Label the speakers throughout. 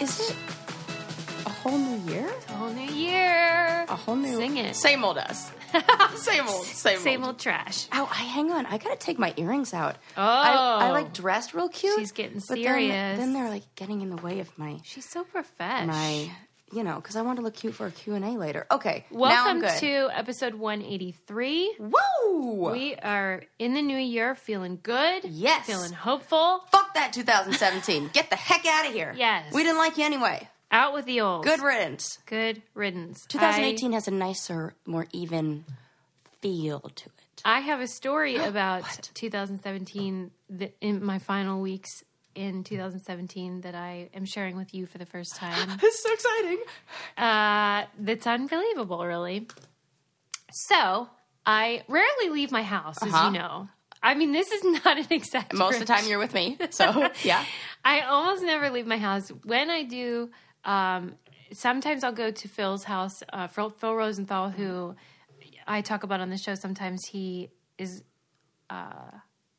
Speaker 1: Is it a whole new year?
Speaker 2: Whole new year.
Speaker 1: A whole new
Speaker 2: Sing it.
Speaker 1: Same old us. same old. Same,
Speaker 2: Same old trash.
Speaker 1: Ow, Oh, I hang on. I gotta take my earrings out.
Speaker 2: Oh.
Speaker 1: I, I like dressed real cute.
Speaker 2: She's getting
Speaker 1: but then-
Speaker 2: serious.
Speaker 1: Then, they're like getting in the way of my
Speaker 2: She's so profesh.
Speaker 1: my you know because I want to look cute for a Q and A later. Okay,
Speaker 2: Welcome
Speaker 1: now I'm good.
Speaker 2: to episode 183.
Speaker 1: Woo!
Speaker 2: We are in the new year feeling good.
Speaker 1: Yes.
Speaker 2: Feeling hopeful.
Speaker 1: Fuck that 2017. Get the heck out of here.
Speaker 2: Yes.
Speaker 1: We didn't like you anyway.
Speaker 2: Out with the old.
Speaker 1: Good riddance.
Speaker 2: Good riddance.
Speaker 1: 2018 has a nicer, more even feel to it.
Speaker 2: I, I have a story about 2017 th- in my final weeks in 2017 that I am sharing with you for the first time.
Speaker 1: It's so exciting.
Speaker 2: Uh, that's unbelievable, really. So I rarely leave my house, as you know. I mean, this is not an exaggeration.
Speaker 1: Uh-huh. Most of the time you're with me, so yeah.
Speaker 2: I almost never leave my house. When I do, um, sometimes I'll go to Phil's house. Uh, Phil, Phil Rosenthal, who I talk about on the show, sometimes he is uh,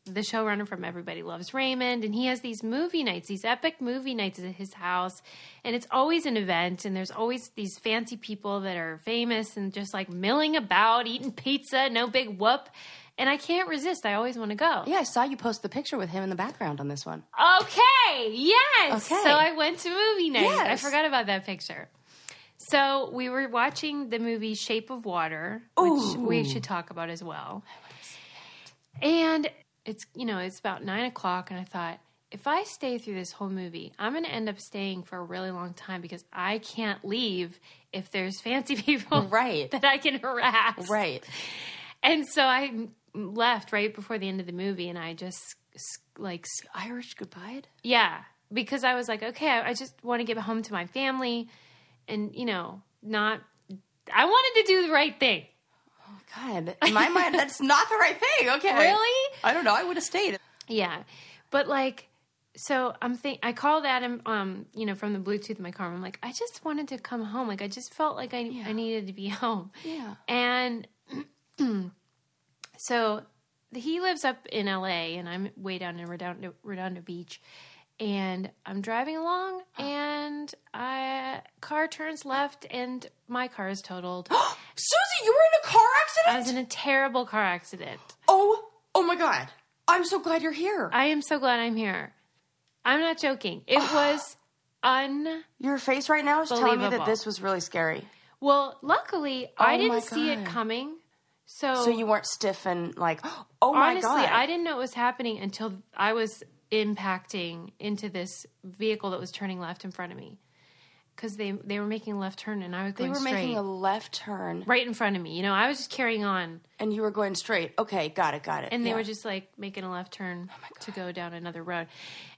Speaker 2: the showrunner from Everybody Loves Raymond, and he has these movie nights, these epic movie nights at his house, and it's always an event, and there's always these fancy people that are famous and just like milling about, eating pizza, no big whoop. And I can't resist. I always want to go.
Speaker 1: Yeah, I saw you post the picture with him in the background on this one.
Speaker 2: Okay. Yes.
Speaker 1: Okay.
Speaker 2: So I went to movie night. I
Speaker 1: Yes.
Speaker 2: forgot about that picture. So we were watching the movie Shape of Water, which we should talk about as well. And it's you know it's about nine o'clock, and I thought if I stay through this whole movie, I'm going to end up staying for a really long time because I can't leave if there's fancy people
Speaker 1: Right.
Speaker 2: that I can harass.
Speaker 1: Right.
Speaker 2: And so I m- left right before the end of the movie, and I just s- s- like s-
Speaker 1: Irish goodbye.
Speaker 2: yeah, because I was like, okay, I I just want to get home to my family, and you know, not. I wanted to do the right thing.
Speaker 1: Oh, God, in my mind, that's not the right thing. Okay.
Speaker 2: Really?
Speaker 1: I don't know. I would have stayed.
Speaker 2: Yeah, but like, so I'm think I called Adam, um, you know, from the Bluetooth in my car. I'm like, I just wanted to come home. Like, I just felt like I I needed to be home.
Speaker 1: Yeah.
Speaker 2: And so he lives up in LA and I'm way down in Redondo, Redondo Beach. And I'm driving along and I car turns left and my car is totaled.
Speaker 1: Susie, you were in a car accident?
Speaker 2: I was in a terrible car accident.
Speaker 1: oh, oh my God. I'm so glad you're here.
Speaker 2: I am so glad I'm here. I'm not joking. It was un
Speaker 1: Your face right now is telling me that
Speaker 2: Believable.
Speaker 1: this was really scary.
Speaker 2: well, luckily
Speaker 1: Oh my
Speaker 2: I didn't see it
Speaker 1: God.
Speaker 2: coming.
Speaker 1: So you weren't stiff and like, oh my
Speaker 2: honestly,
Speaker 1: God.
Speaker 2: I didn't know it was happening until I was impacting into this vehicle that was turning left in front of me because they they were making a left turn and I was
Speaker 1: they
Speaker 2: going
Speaker 1: were
Speaker 2: straight
Speaker 1: making a left turn
Speaker 2: right in front of me. You know, I was just carrying on,
Speaker 1: and you were going straight. Okay, got it, got it.
Speaker 2: and they
Speaker 1: Yeah. Oh
Speaker 2: were just like making a left turn to go down another road,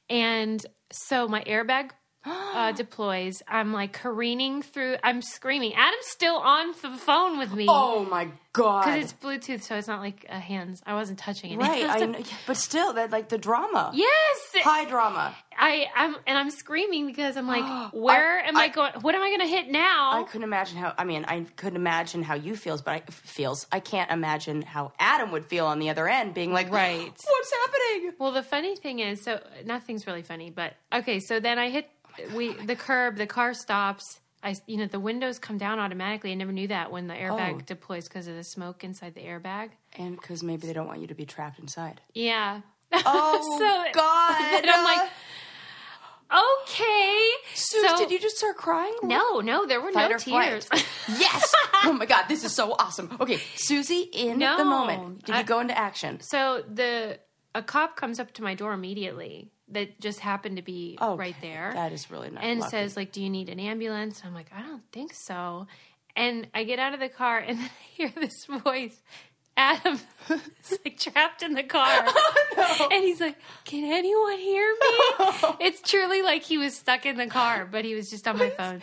Speaker 2: and so my airbag. Uh, deploys. I'm like careening through. I'm screaming. Adam's still on the phone with me because
Speaker 1: Oh my God.
Speaker 2: it's Bluetooth, so it's not like a hands. I wasn't touching anything.
Speaker 1: right. I know. But still, that like the drama.
Speaker 2: yes,
Speaker 1: High drama.
Speaker 2: I am and I'm screaming because I'm like, where am I, going? What am I going to hit
Speaker 1: I
Speaker 2: now?
Speaker 1: couldn't imagine how. I mean, I couldn't imagine how you feels, but I feels. I can't imagine how Adam would feel on the other end, being like,
Speaker 2: Right.
Speaker 1: what's happening?"
Speaker 2: well, the funny thing is, so nothing's really funny, but okay. So then I hit
Speaker 1: Oh
Speaker 2: we the curb, the car stops. I you know the windows come down automatically. I never knew that when the airbag
Speaker 1: Oh.
Speaker 2: deploys because of the smoke inside the airbag.
Speaker 1: And because maybe they don't want you to be trapped inside.
Speaker 2: Yeah.
Speaker 1: Oh God!
Speaker 2: And I'm like, okay.
Speaker 1: Suze, did you just start crying?
Speaker 2: No, no, there were
Speaker 1: Fight
Speaker 2: no
Speaker 1: or flight.
Speaker 2: tears.
Speaker 1: Yes. oh my God, this is so awesome. Okay, Susie, in
Speaker 2: No,
Speaker 1: the moment, did
Speaker 2: I-
Speaker 1: you go into action?
Speaker 2: So the a cop comes up to my door immediately that just happened to be
Speaker 1: Okay,
Speaker 2: right there
Speaker 1: That is really not.
Speaker 2: and
Speaker 1: lucky.
Speaker 2: says like, "Do you need an ambulance?" And I'm like, "I don't think so." And I get out of the car and I hear this voice. Adam is like trapped in the car.
Speaker 1: Oh,
Speaker 2: And he's like, Can anyone hear me? It's truly like he was stuck in the car, but he was just on my phone.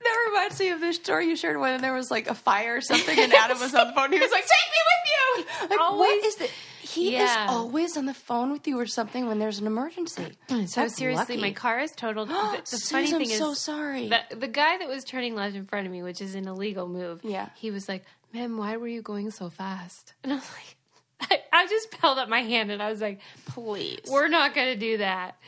Speaker 1: That reminds me of this story you shared when there was like a fire or something, and Adam was on the phone. He was like, "Take me with you." Like,
Speaker 2: always-
Speaker 1: what is it? He
Speaker 2: Yeah.
Speaker 1: is always on the phone with you or something when there's an emergency.
Speaker 2: So
Speaker 1: That's
Speaker 2: seriously,
Speaker 1: lucky.
Speaker 2: my car is totaled. the the funny
Speaker 1: Suze,
Speaker 2: thing
Speaker 1: I'm
Speaker 2: is,
Speaker 1: so sorry.
Speaker 2: The, the guy that was turning left in front of me, which is an illegal move,
Speaker 1: Yeah.
Speaker 2: he was like, "Ma'am, why were you going so fast?" And I was like, I, I just held up my hand and I was like,
Speaker 1: Please.
Speaker 2: "We're not going to do that."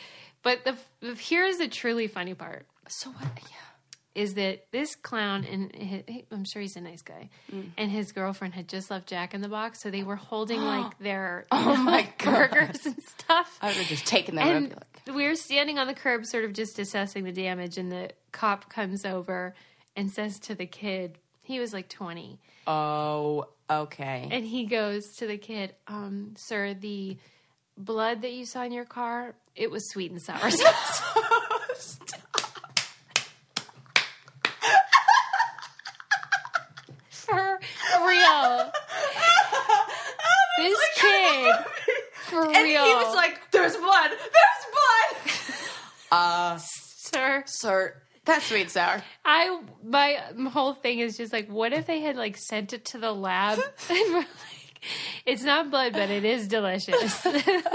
Speaker 2: But the, the here's the truly funny part
Speaker 1: So what? Yeah.
Speaker 2: is that this clown and hi I'm sure he's a nice guy,
Speaker 1: Mm.
Speaker 2: and his girlfriend had just left Jack in the Box, so they were holding like their oh
Speaker 1: my God.
Speaker 2: burgers and stuff.
Speaker 1: I would have just taken them.
Speaker 2: and
Speaker 1: And, like,
Speaker 2: we were standing on the curb, sort of just assessing the damage, and the cop comes over and says to the kid, he was like 20,
Speaker 1: oh, okay.
Speaker 2: and he goes to the kid, um, "Sir, the blood that you saw in your car, it was sweet and sour." sauce." for real. this kid, for
Speaker 1: And
Speaker 2: real.
Speaker 1: he was like, "There's blood. There's blood." uh,
Speaker 2: "Sir,
Speaker 1: sir, that's sweet and sour.
Speaker 2: I my whole thing is just like, what if they had like sent it to the lab and we're like, it's not blood, but it is delicious.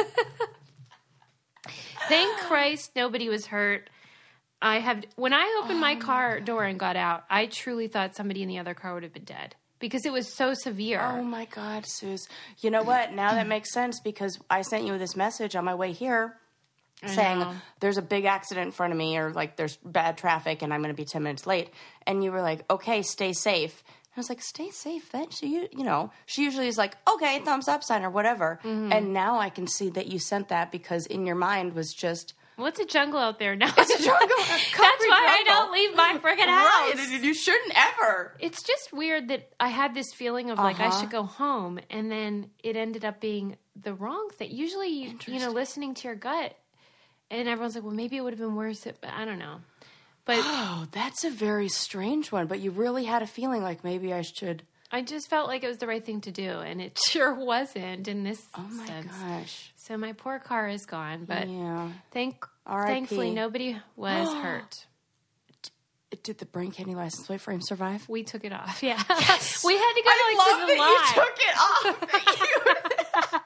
Speaker 2: Thank Christ nobody was hurt. I have when I opened my
Speaker 1: Oh.
Speaker 2: car door and got out, I truly thought somebody in the other car would have been dead because it was so severe.
Speaker 1: Oh my God, Suze. You know what? Now that makes sense because I sent you this message on my way here saying
Speaker 2: know.
Speaker 1: there's a big accident in front of me or like there's bad traffic and I'm going to be 10 minutes late. And you were like, okay, stay safe. I was like, stay safe. That she, you, you know, she usually is like, okay, thumbs up sign or whatever.
Speaker 2: Mm-hmm.
Speaker 1: And now I can see that you sent that because in your mind was just,
Speaker 2: well, it's a jungle out there now.
Speaker 1: a jungle, a
Speaker 2: That's
Speaker 1: concrete
Speaker 2: why I
Speaker 1: jungle.
Speaker 2: don't leave my freaking
Speaker 1: right,
Speaker 2: house.
Speaker 1: and you shouldn't ever.
Speaker 2: It's just weird that I had this feeling of like
Speaker 1: Uh-huh.
Speaker 2: I should go home, and then it ended up being the wrong thing. Usually, you, you know, listening to your gut, and everyone's like, "Well, maybe it would have been worse." If, I don't know, but
Speaker 1: Oh, that's a very strange one. But you really had a feeling like maybe I should.
Speaker 2: I just felt like it was the right thing to do, and it sure wasn't in this
Speaker 1: Oh my
Speaker 2: sense.
Speaker 1: gosh.
Speaker 2: So my poor car is gone, but
Speaker 1: Yeah.
Speaker 2: thank
Speaker 1: R.I.P..
Speaker 2: thankfully nobody was hurt.
Speaker 1: Did the brain candy license plate frame survive?
Speaker 2: We took it off. Yeah, we had to go
Speaker 1: I
Speaker 2: like
Speaker 1: love
Speaker 2: to the
Speaker 1: that
Speaker 2: lot.
Speaker 1: you took it off.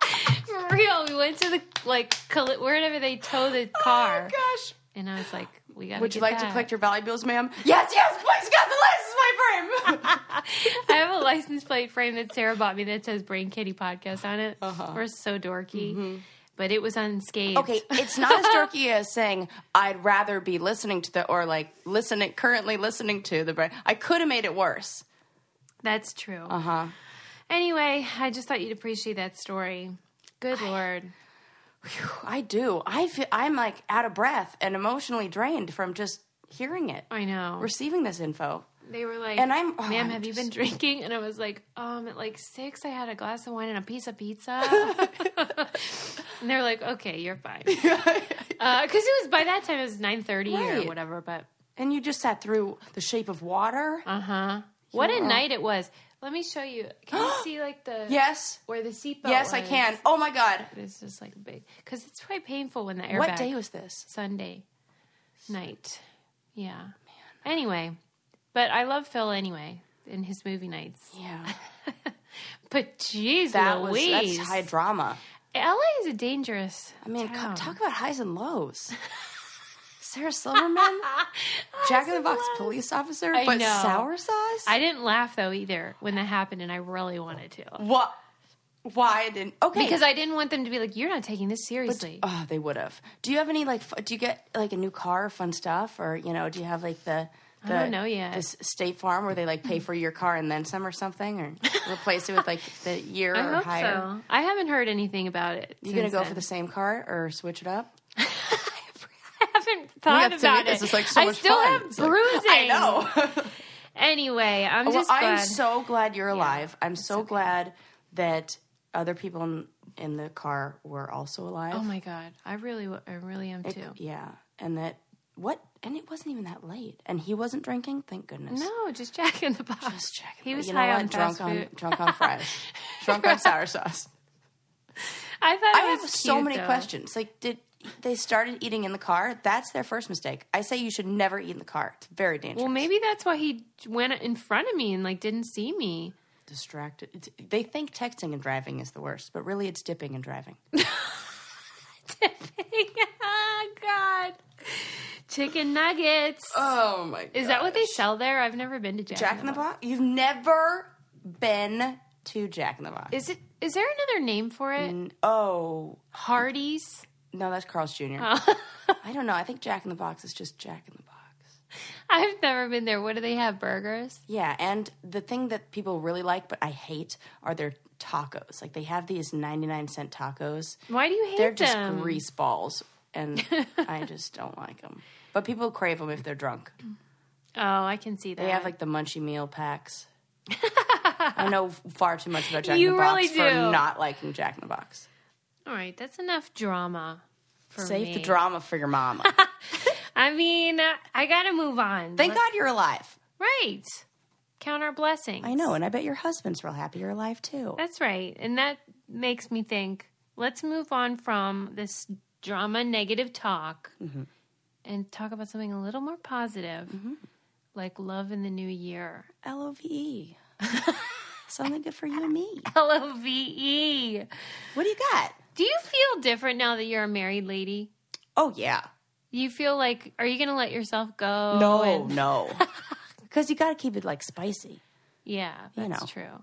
Speaker 1: Oh
Speaker 2: For real, we went to the like col- wherever they tow
Speaker 1: Oh
Speaker 2: the car,
Speaker 1: Gosh.
Speaker 2: and I was like, "We got."
Speaker 1: Would you like to collect your Valley bills, ma'am? Yes, yes, please got the license plate frame.
Speaker 2: I have a license plate frame that Sarah bought me that says "Brain Kitty Podcast" on it. We're so dorky, but it was unscathed.
Speaker 1: Uh-huh. Mm-hmm. okay, it's not as dorky as saying I'd rather be listening to the or like listening currently listening to the brain. I could have made it worse.
Speaker 2: that's true.
Speaker 1: Uh huh.
Speaker 2: Anyway, I just thought you'd appreciate that story. Good lord,
Speaker 1: I do. I feel, I'm like out of breath and emotionally drained from just hearing it,
Speaker 2: I know.
Speaker 1: receiving this info.
Speaker 2: they were like,
Speaker 1: And I'm- oh,
Speaker 2: ma'am,
Speaker 1: I'm
Speaker 2: have you
Speaker 1: just-
Speaker 2: been drinking?" And I was like, "Um, at like six, I had a glass of wine and a piece of pizza." and they're like, "Okay, you're fine," because it was by that time it was nine thirty
Speaker 1: Right.
Speaker 2: or whatever. But
Speaker 1: And you just sat through The Shape of Water.
Speaker 2: uh huh, what
Speaker 1: uh,
Speaker 2: a night it was. Let me show you. Can you see like the
Speaker 1: yes.
Speaker 2: where the seatbelt?
Speaker 1: Yes, I
Speaker 2: was?
Speaker 1: can. Oh my God.
Speaker 2: It's just like big because it's quite painful when the airbag.
Speaker 1: What day was this?
Speaker 2: Sunday night. Yeah. Anyway, but I love Phil anyway in his movie nights.
Speaker 1: Yeah.
Speaker 2: But jeez,
Speaker 1: That was
Speaker 2: Louise.
Speaker 1: that's high drama.
Speaker 2: LA is a dangerous.
Speaker 1: I mean,
Speaker 2: town.
Speaker 1: come, talk about highs and lows. Sarah Silverman, Jack in the Box police officer,
Speaker 2: I
Speaker 1: but
Speaker 2: know.
Speaker 1: sour sauce.
Speaker 2: I didn't laugh though either when that happened, and I really wanted to
Speaker 1: what? Why didn't? Okay,
Speaker 2: because I didn't want them to be like, "You're not taking this seriously."
Speaker 1: oh, they would have. Do you have any like? F- do you get like a new car, fun stuff, or you know? Do you have like the? the
Speaker 2: don't know yet.
Speaker 1: the s- State Farm, where they like pay for your car and then some or something, or replace it with like the year
Speaker 2: I
Speaker 1: or
Speaker 2: hope
Speaker 1: higher.
Speaker 2: so. I haven't heard anything about it.
Speaker 1: You gonna
Speaker 2: since
Speaker 1: go
Speaker 2: then.
Speaker 1: for the same car or switch it up?
Speaker 2: I haven't
Speaker 1: got
Speaker 2: thought
Speaker 1: to
Speaker 2: about
Speaker 1: me. This
Speaker 2: it.
Speaker 1: is, like, so
Speaker 2: I
Speaker 1: much
Speaker 2: still
Speaker 1: fun.
Speaker 2: have
Speaker 1: It's like,
Speaker 2: bruising.
Speaker 1: I know.
Speaker 2: Anyway, I'm
Speaker 1: Well,
Speaker 2: just
Speaker 1: I'm
Speaker 2: glad.
Speaker 1: so glad you're alive. I'm so glad that other people in, in the car were also alive.
Speaker 2: oh my god, I really, I really am too.
Speaker 1: yeah, and that what? And it wasn't even that late, and he wasn't drinking. Thank goodness.
Speaker 2: No, just Jack in the Box. he was
Speaker 1: you
Speaker 2: high
Speaker 1: know what?
Speaker 2: on
Speaker 1: drunk
Speaker 2: fast
Speaker 1: on
Speaker 2: food.
Speaker 1: drunk on fries, drunk on sour sauce.
Speaker 2: I thought
Speaker 1: I
Speaker 2: it
Speaker 1: have
Speaker 2: was
Speaker 1: so
Speaker 2: cute,
Speaker 1: many
Speaker 2: though.
Speaker 1: questions. Like, did they started eating in the car? That's their first mistake. I say you should never eat in the car. It's very dangerous.
Speaker 2: Well, maybe that's why he went in front of me and like didn't see me.
Speaker 1: distracted. It's, they think texting and driving is the worst, but really it's dipping and driving.
Speaker 2: oh, God, chicken nuggets.
Speaker 1: Oh my! God.
Speaker 2: Is that what they sell there? I've never been to Jack.
Speaker 1: Jack in the Box? You've never been to Jack in the Box.
Speaker 2: Mm. Is it? Is there another name for it?
Speaker 1: oh,
Speaker 2: Hardee's.
Speaker 1: No, that's Carl's Jr. I don't know. I think Jack in the Box is just Jack in the Box.
Speaker 2: I've never been there. What do they have? Burgers?
Speaker 1: Yeah, and the thing that people really like but I hate are their tacos. Like they have these 99 cent tacos.
Speaker 2: Why do you hate
Speaker 1: They're just
Speaker 2: them?
Speaker 1: grease balls and I just don't like them. But people crave them if they're drunk.
Speaker 2: Oh, I can see that.
Speaker 1: They have like the munchie meal packs. I know far too much about Jack
Speaker 2: You
Speaker 1: in the Box
Speaker 2: really
Speaker 1: for
Speaker 2: do.
Speaker 1: not liking Jack in the Box.
Speaker 2: All right, that's enough drama. For
Speaker 1: Save the
Speaker 2: me.
Speaker 1: drama for your mama.
Speaker 2: I mean, uh, I gotta move on.
Speaker 1: Thank God you're alive.
Speaker 2: right. Count our blessings.
Speaker 1: I know, and I bet your husband's real happy you're alive too.
Speaker 2: That's right. And that makes me think let's move on from this drama negative talk
Speaker 1: Mm-hmm.
Speaker 2: and talk about something a little more positive, like love in the new year.
Speaker 1: L O V E. Something good for you and me.
Speaker 2: L O V E.
Speaker 1: What do you got?
Speaker 2: Do you feel different now that you're a married lady?
Speaker 1: Oh yeah.
Speaker 2: You feel like, are you going to let yourself go?
Speaker 1: No,
Speaker 2: and-
Speaker 1: no. Because you got to keep it like spicy.
Speaker 2: Yeah, that's
Speaker 1: You know.
Speaker 2: true.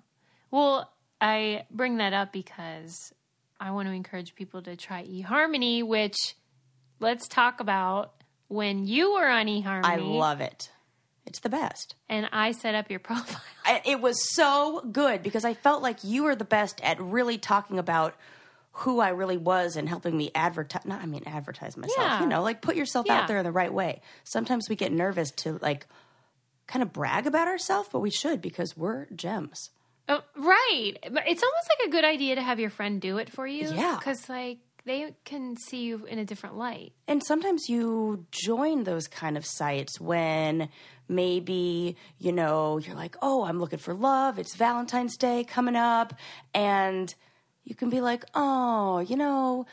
Speaker 2: Well, I bring that up because I want to encourage people to try eHarmony, which let's talk about when you were on eHarmony.
Speaker 1: I love it. It's the best.
Speaker 2: and I set up your profile.
Speaker 1: I, it was so good because I felt like you were the best at really talking about who I really was and helping me advertise. Not, I mean, advertise myself.
Speaker 2: Yeah.
Speaker 1: You know, like put yourself
Speaker 2: Yeah.
Speaker 1: out there in the right way. Sometimes we get nervous to like kind of brag about ourselves, but we should because we're gems.
Speaker 2: Oh, right. But it's almost like a good idea to have your friend do it for you.
Speaker 1: Yeah.
Speaker 2: Because, like, they can see you in a different light.
Speaker 1: And sometimes you join those kind of sites when maybe, you know, you're like, oh, I'm looking for love. It's Valentine's Day coming up. And you can be like, oh, you know,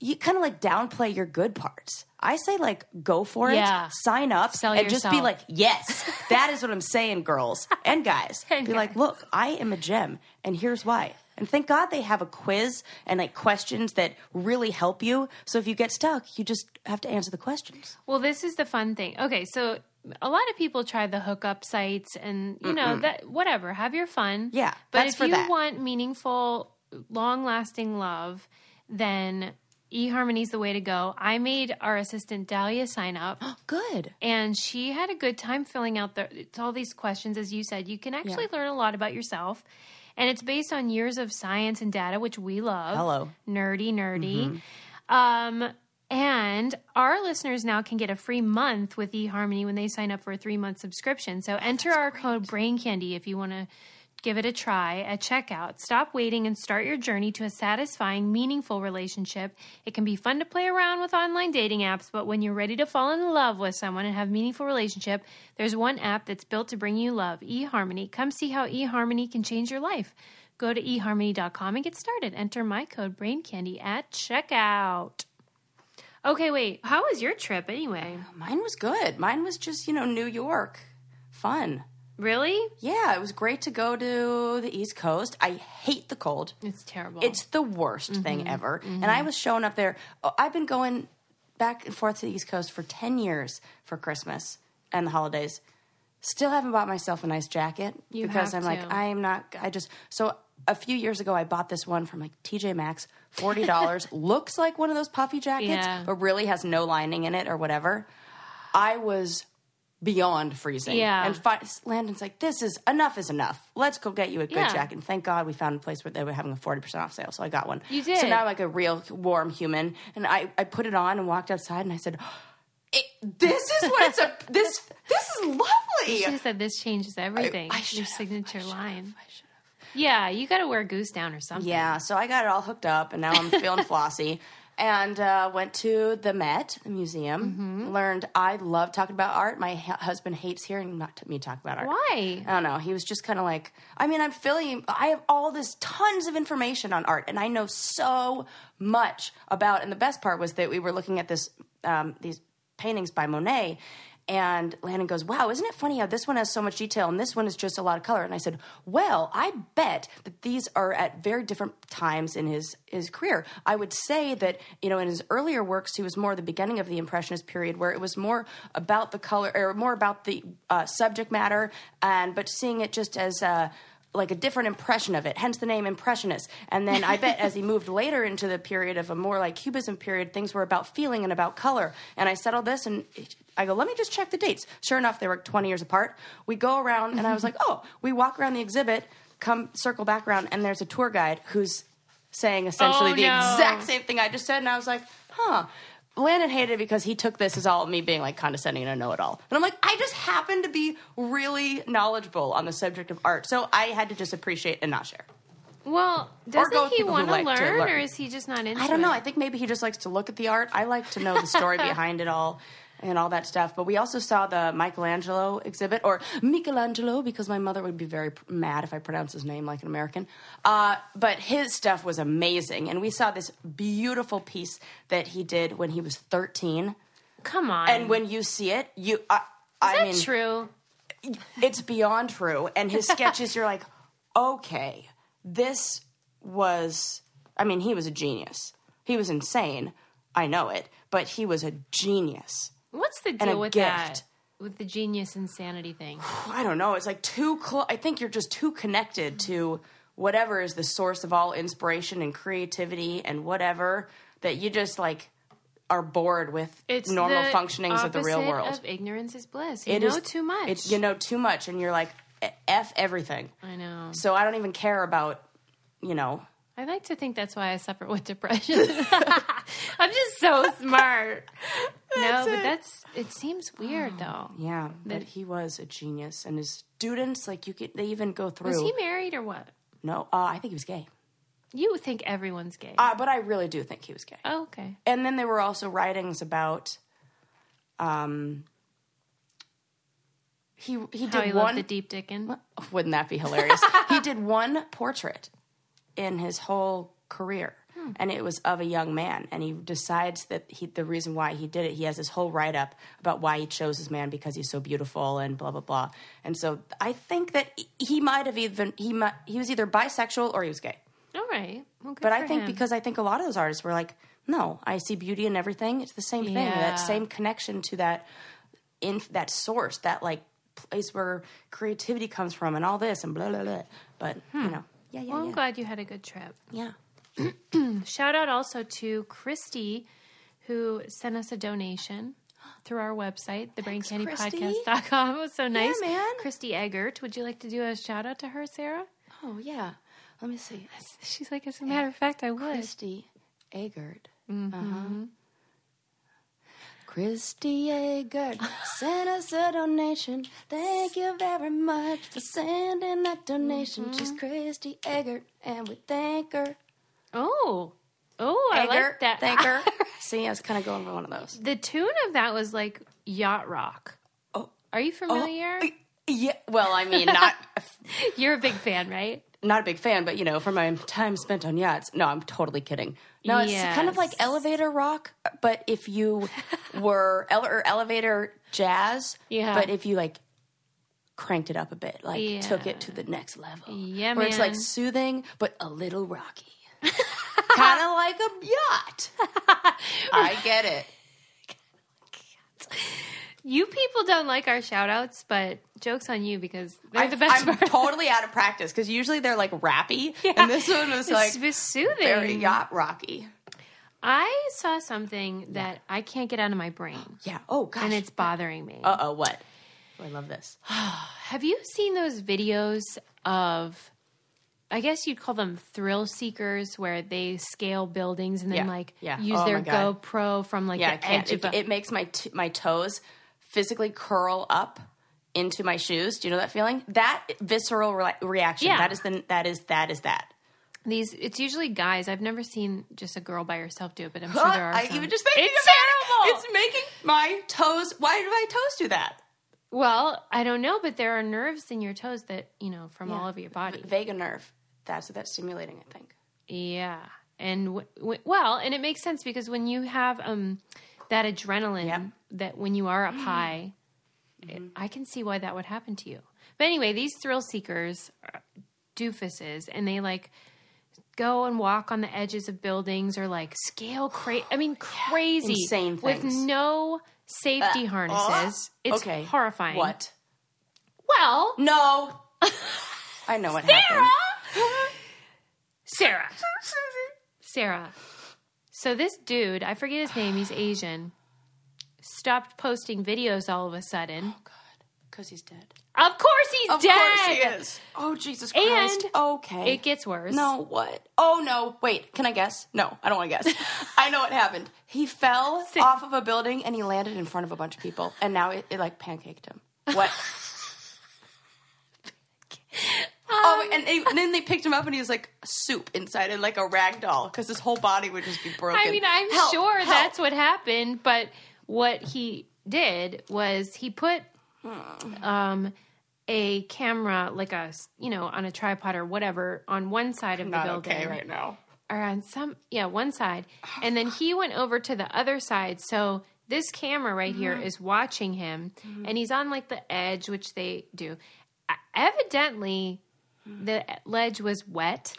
Speaker 1: you kind of like downplay your good parts. I say, like, go for
Speaker 2: Yeah.
Speaker 1: it, sign up,
Speaker 2: Sell
Speaker 1: and just be
Speaker 2: yourself.
Speaker 1: like, yes, that is what I'm saying, girls and guys.
Speaker 2: And
Speaker 1: be like,
Speaker 2: guys.
Speaker 1: look, I am a gem, and here's why. And thank God they have a quiz and like questions that really help you. So if you get stuck, you just have to answer the questions.
Speaker 2: Well, this is the fun thing. Okay, so a lot of people try the hookup sites and you know that whatever, have your fun.
Speaker 1: Yeah,
Speaker 2: But
Speaker 1: that's
Speaker 2: if
Speaker 1: for
Speaker 2: you
Speaker 1: that.
Speaker 2: want meaningful, long-lasting love, then eHarmony's the way to go. I made our assistant Dahlia sign up
Speaker 1: Good.
Speaker 2: and she had a good time filling out the, it's all these questions as you said. You can actually learn a lot about yourself. And it's based on years of science and data, which we love.
Speaker 1: Hello. Mm-hmm.
Speaker 2: Nerdy, nerdy. Um, and our listeners now can get a free month with eHarmony when they sign up for a three month subscription. So enter our code Brain Candy if you want to give it a try at checkout. Stop waiting and start your journey to a satisfying, meaningful relationship. It can be fun to play around with online dating apps, but when you're ready to fall in love with someone and have a meaningful relationship, there's one app that's built to bring you love, eHarmony. Come see how eHarmony can change your life. Go to eharmony.com and get started. Enter my code BrainCandy at checkout. Okay, wait. How was your trip anyway?
Speaker 1: Mine was good. Mine was just, you know, New York. Fun.
Speaker 2: Really?
Speaker 1: Yeah, it was great to go to the East Coast. I hate the cold.
Speaker 2: It's terrible.
Speaker 1: It's the worst
Speaker 2: Mm-hmm.
Speaker 1: thing ever. And I was showing up there. oh, I've been going back and forth to the East Coast for 10 years for Christmas and the holidays. Still haven't bought myself a nice jacket
Speaker 2: You
Speaker 1: because
Speaker 2: have
Speaker 1: I'm like,
Speaker 2: to.
Speaker 1: I'm not, I just, so a few years ago, I bought this one from like TJ Maxx, $40. Looks like one of those puffy jackets,
Speaker 2: Yeah.
Speaker 1: but really has no lining in it or whatever. I was beyond freezing.
Speaker 2: Yeah.
Speaker 1: And fi- Landon's like, this is enough is enough. Let's go get you a good
Speaker 2: Yeah.
Speaker 1: jacket. And thank God we found a place where they were having a 40% off sale. So I got one.
Speaker 2: You
Speaker 1: So
Speaker 2: did.
Speaker 1: now I'm like a real warm human. And I, I put it on and walked outside and I said, it, this is what it's a, this, this is
Speaker 2: you should
Speaker 1: lovely.
Speaker 2: have said this changes everything.
Speaker 1: I
Speaker 2: your
Speaker 1: should've.
Speaker 2: signature line. Yeah, you got to wear goose down or something.
Speaker 1: Yeah. So I got it all hooked up and now I'm feeling flossy. And uh, went to the Met, the museum.
Speaker 2: Mm-hmm.
Speaker 1: Learned I love talking about art. My hu- husband hates hearing not me talk about art.
Speaker 2: Why?
Speaker 1: I don't know. He was just kind of like, I mean, I'm filling, I have all this tons of information on art, and I know so much about. And the best part was that we were looking at this, um, these paintings by Monet, and Landon goes, Wow, isn't it funny how this one has so much detail and this one is just a lot of color? And I said, Well, I bet that these are at very different times in his, his career. I would say that, you know, in his earlier works, he was more the beginning of the Impressionist period where it was more about the color or more about the uh, subject matter, and but seeing it just as a, like a different impression of it, hence the name Impressionist. And then I bet as he moved later into the period of a more like Cubism period, things were about feeling and about color. And I settled this and I go, let me just check the dates. Sure enough, they were 20 years apart. We go around and I was like,
Speaker 2: Mm-hmm.
Speaker 1: oh, we walk around the exhibit, come circle back around, and there's a tour guide who's saying essentially
Speaker 2: Oh,
Speaker 1: the
Speaker 2: no.
Speaker 1: exact same thing I just said. And I was like, huh. Landon hated it because he took this as all me being like condescending and a know it all. And I'm like, I just happen to be really knowledgeable on the subject of art. So I had to just appreciate and not share.
Speaker 2: Well,
Speaker 1: go with
Speaker 2: doesn't he
Speaker 1: people who
Speaker 2: want to
Speaker 1: like to
Speaker 2: learn,
Speaker 1: learn.
Speaker 2: or is he just not into?
Speaker 1: I don't know.
Speaker 2: it?
Speaker 1: I think maybe he just likes to look at the art. I like to know the story behind it all and all that stuff. But we also saw the Michelangelo exhibit, or Michelangelo, because my mother would be very p- mad if I pronounced his name like an American. Uh, but his stuff was amazing. And we saw this beautiful piece that he did when he was 13.
Speaker 2: Come on,
Speaker 1: And when you see it, you. I,
Speaker 2: is
Speaker 1: I
Speaker 2: that
Speaker 1: mean,
Speaker 2: true?
Speaker 1: it's beyond true. And his sketches, you're like, okay, this was. I mean, he was a genius. He was insane. I know it, but he was a genius.
Speaker 2: What's the
Speaker 1: a
Speaker 2: deal with
Speaker 1: gift.
Speaker 2: that? With the genius insanity thing?
Speaker 1: I don't know. It's like too. Cl- I think you're just too connected to whatever is the source of all inspiration and creativity and whatever that you just like are bored with
Speaker 2: It's
Speaker 1: normal
Speaker 2: the
Speaker 1: functionings of the real
Speaker 2: opposite
Speaker 1: world.
Speaker 2: Of ignorance is bliss. You
Speaker 1: It
Speaker 2: know
Speaker 1: is-
Speaker 2: too much.
Speaker 1: It, you know too much, and you're like, "E-, f everything.
Speaker 2: I know.
Speaker 1: So I don't even care about, you know,
Speaker 2: I like to think that's why I suffer with depression. I'm just so smart. no, but that's it seems weird though.
Speaker 1: Oh, Yeah, but he was a genius, and his students, like you, could, they even go through.
Speaker 2: Is he married or what?
Speaker 1: no, uh, I think he was gay,
Speaker 2: You think everyone's gay.
Speaker 1: uh, but I really do think he was gay.
Speaker 2: oh, okay.
Speaker 1: And then there were also writings about, um, he he
Speaker 2: How
Speaker 1: did
Speaker 2: he
Speaker 1: one.
Speaker 2: loved the deep Dickens.
Speaker 1: Wouldn't that be hilarious? he did one portrait in his whole career, and it was of a young man. And he decides that he, the reason why he did it, he has this whole write up about why he chose this man because he's so beautiful and blah blah blah. And so I think that he- he might have even he might, he was either bisexual or he was gay.
Speaker 2: All right. Well, good
Speaker 1: But I
Speaker 2: for
Speaker 1: think
Speaker 2: him.
Speaker 1: because I think a lot of those artists were like, no, I see beauty in everything. It's the same thing.
Speaker 2: Yeah.
Speaker 1: That same connection to that in that source, that like place where creativity comes from, and all this and blah blah blah. But you know, yeah, yeah,
Speaker 2: Well, I'm
Speaker 1: yeah,
Speaker 2: glad you had a good trip.
Speaker 1: yeah.
Speaker 2: Shout out also to Christy, who sent us a donation through our website, thebraincandypodcast.com. It was so nice.
Speaker 1: man.
Speaker 2: Christy Eggert, would you like to do a shout out to her, Sarah?
Speaker 1: Oh yeah. Let me see.
Speaker 2: She's like, as a matter of fact, I would.
Speaker 1: Christy Agard. Christy Agard sent us a donation. Thank you very much for sending that donation. She's Christy Agard, and we thank her.
Speaker 2: Oh, oh, I like that.
Speaker 1: Thank her. See, I was kind of going for one of those.
Speaker 2: the tune of that was like yacht rock.
Speaker 1: Oh.
Speaker 2: Are you familiar?
Speaker 1: Yeah. Well, I mean, not
Speaker 2: You're a big fan, right?
Speaker 1: not a big fan, but you know, for my time spent on yachts. No, I'm totally kidding. No, it's kind of like
Speaker 2: Yes.
Speaker 1: elevator rock, but if you were ele- or elevator jazz,
Speaker 2: Yeah.
Speaker 1: But if you like cranked it up a bit, like took it to the next level,
Speaker 2: Yeah,
Speaker 1: where it's like
Speaker 2: man.
Speaker 1: soothing but a little rocky, kind of like a yacht. I get it.
Speaker 2: You people don't like our shout outs, but joke's on you because they're the best
Speaker 1: I'm
Speaker 2: part.
Speaker 1: totally out of practice because usually they're like rappy, and this one was like
Speaker 2: It's soothing.
Speaker 1: very yacht rocky.
Speaker 2: I saw something that I can't get out of my brain,
Speaker 1: Yeah. Oh gosh.
Speaker 2: and it's bothering me.
Speaker 1: uh oh what? Oh, I love this.
Speaker 2: Have you seen those videos of, I guess you'd call them thrill seekers, where they scale buildings and then
Speaker 1: Yeah.
Speaker 2: like
Speaker 1: Yeah.
Speaker 2: use
Speaker 1: Oh,
Speaker 2: their
Speaker 1: my God.
Speaker 2: GoPro from like
Speaker 1: Yeah,
Speaker 2: the
Speaker 1: I can't.
Speaker 2: edge of
Speaker 1: It,
Speaker 2: a,
Speaker 1: it makes my t- my toes physically curl up into my shoes. Do you know that feeling? That visceral re- reaction.
Speaker 2: Yeah.
Speaker 1: That is the that is that is that.
Speaker 2: these. It's usually guys. I've never seen just a girl by herself do it, but I'm sure
Speaker 1: Huh?
Speaker 2: there are.
Speaker 1: Ah, I
Speaker 2: some.
Speaker 1: even just thinking
Speaker 2: it's
Speaker 1: about
Speaker 2: terrible.
Speaker 1: It, it's making my toes. Why do my toes do that?
Speaker 2: well, I don't know, but there are nerves in your toes that you know from all over your body.
Speaker 1: Vagus nerve. That's what that's stimulating. I think.
Speaker 2: Yeah. And w- w- well, and it makes sense because when you have um that adrenaline
Speaker 1: Yep. Mm-hmm.
Speaker 2: that when you are up high, it- I can see why that would happen to you. But anyway, these thrill seekers are doofuses and they like go and walk on the edges of buildings or like scale cra I mean crazy
Speaker 1: Insane
Speaker 2: with
Speaker 1: things. Uh, oh.
Speaker 2: no safety harnesses. It's
Speaker 1: okay.
Speaker 2: horrifying.
Speaker 1: What?
Speaker 2: Well,
Speaker 1: No. I know what
Speaker 2: Sarah!
Speaker 1: happened.
Speaker 2: Sarah. Sarah. So this dude, I forget his name, he's Asian, stopped posting videos all of a sudden.
Speaker 1: Oh, God. Because he's dead.
Speaker 2: Of course he's
Speaker 1: Of
Speaker 2: dead.
Speaker 1: course he is. Oh, Jesus Christ.
Speaker 2: And
Speaker 1: okay.
Speaker 2: It gets worse.
Speaker 1: No, what? Oh no, wait, can I guess? No, I don't want to guess. I know what happened. He fell off of a building and he landed in front of a bunch of people, and now it, it like pancaked him. What?
Speaker 2: Um,
Speaker 1: oh, and, they, and then they picked him up and he was like soup inside and like a rag doll because his whole body would just be broken.
Speaker 2: I mean, I'm
Speaker 1: Help,
Speaker 2: sure
Speaker 1: help.
Speaker 2: that's what happened, but what he did was he put um, a camera, like a, s- you know, on a tripod or whatever, on one side of the
Speaker 1: not
Speaker 2: building.
Speaker 1: Oh, okay right now.
Speaker 2: or on some yeah one side and then he went over to the other side so this camera right here
Speaker 1: Mm-hmm.
Speaker 2: is watching him and he's on like the edge which they do Uh, evidently the ledge was wet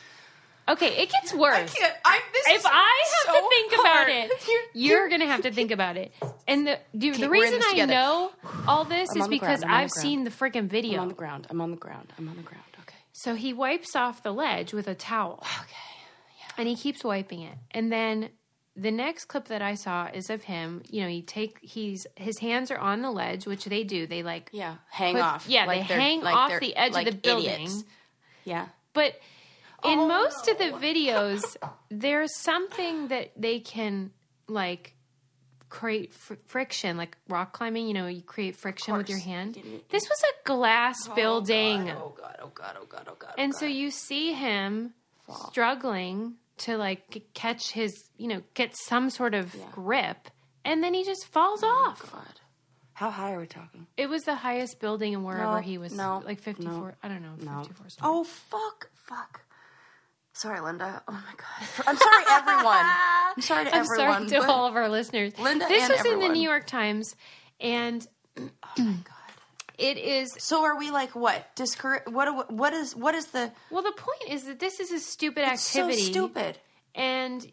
Speaker 2: okay it gets worse
Speaker 1: Mm. I can't. I'm. This
Speaker 2: if
Speaker 1: is
Speaker 2: I have
Speaker 1: so
Speaker 2: to think
Speaker 1: hard.
Speaker 2: about it,
Speaker 1: You're-
Speaker 2: you're, going to have to think about it. And the dude,
Speaker 1: we're
Speaker 2: the
Speaker 1: in
Speaker 2: reason
Speaker 1: this
Speaker 2: I
Speaker 1: together.
Speaker 2: know all this is
Speaker 1: on the
Speaker 2: because
Speaker 1: ground, I'm on the
Speaker 2: I've seen the freaking
Speaker 1: I'm on
Speaker 2: video.
Speaker 1: the ground. I'm on the ground. I'm on the ground. Okay.
Speaker 2: So he wipes off the ledge with a towel. Okay. And he keeps wiping it. And then the next clip that I saw is of him, you know, he take he's his hands are on the ledge, which they do. They like
Speaker 1: Yeah, hang
Speaker 2: put-
Speaker 1: off.
Speaker 2: Yeah,
Speaker 1: Like
Speaker 2: they
Speaker 1: they're-
Speaker 2: hang
Speaker 1: like
Speaker 2: off
Speaker 1: they're-
Speaker 2: the edge
Speaker 1: like
Speaker 2: of the building.
Speaker 1: idiots. Oh. Yeah.
Speaker 2: But in most of the videos, there's something that they can like create fr- friction, like rock climbing. You know, you create friction with your
Speaker 1: course.
Speaker 2: hand. This was a glass building,
Speaker 1: Oh god, oh god, oh god, oh god.
Speaker 2: and so you see him struggling to like c- catch his, you know, get some sort of grip, and then he just falls off.
Speaker 1: Oh, god. How high are we talking?
Speaker 2: It was the highest building and wherever
Speaker 1: No,
Speaker 2: he was,
Speaker 1: no,
Speaker 2: like 54. I don't know, 54. stories.
Speaker 1: Oh fuck, fuck. Sorry, Linda. Oh my god. I'm sorry, everyone. I'm sorry to
Speaker 2: I'm
Speaker 1: everyone.
Speaker 2: sorry to
Speaker 1: but-
Speaker 2: all of our listeners.
Speaker 1: Linda
Speaker 2: this
Speaker 1: and
Speaker 2: was in
Speaker 1: everyone.
Speaker 2: the New York Times, and oh
Speaker 1: God.
Speaker 2: it is
Speaker 1: So are we like what? Discour- what what is what is the
Speaker 2: well. The point is that this is a stupid
Speaker 1: so
Speaker 2: activity,
Speaker 1: stupid?
Speaker 2: and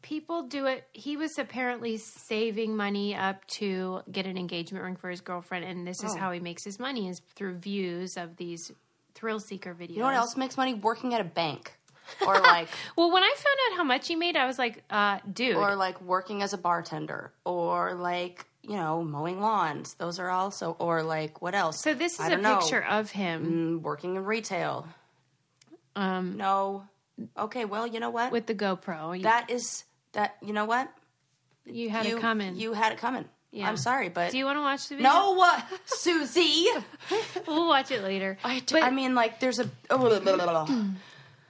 Speaker 2: people do it. He was apparently saving money up to get an engagement ring for his girlfriend, and this
Speaker 1: Oh.
Speaker 2: is how he makes his money is through views of these thrill seeker videos.
Speaker 1: You know what else makes money? Working at a bank. Or like
Speaker 2: Well, when I found out how much he made, I was like, uh, dude.
Speaker 1: or like working as a bartender or like you know mowing lawns those are also or like what else
Speaker 2: so this
Speaker 1: I
Speaker 2: is a
Speaker 1: don't know.
Speaker 2: picture of him
Speaker 1: Mm, working in retail um no okay well you know what
Speaker 2: with the GoPro. You,
Speaker 1: that is that you know what
Speaker 2: you had
Speaker 1: you
Speaker 2: it coming.
Speaker 1: you had it coming
Speaker 2: Yeah.
Speaker 1: i'm sorry but
Speaker 2: do you want to watch the video?
Speaker 1: no uh, susie
Speaker 2: We'll watch it later.
Speaker 1: I, d-
Speaker 2: but
Speaker 1: I mean like there's a oh, blah, blah, blah, blah.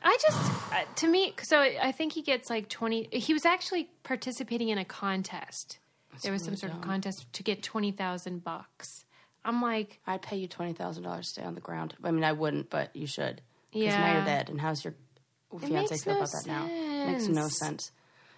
Speaker 2: I just, uh, to me, so I I think he gets like 20. He was actually participating in a contest. there was some sort of contest to get 20,000 bucks. I'm like,
Speaker 1: i'd pay you $20000 to stay on the ground i mean i wouldn't but you should because now
Speaker 2: Yeah.
Speaker 1: you're dead and how's your fiance
Speaker 2: makes
Speaker 1: feel
Speaker 2: no
Speaker 1: about that now makes no
Speaker 2: sense.
Speaker 1: sense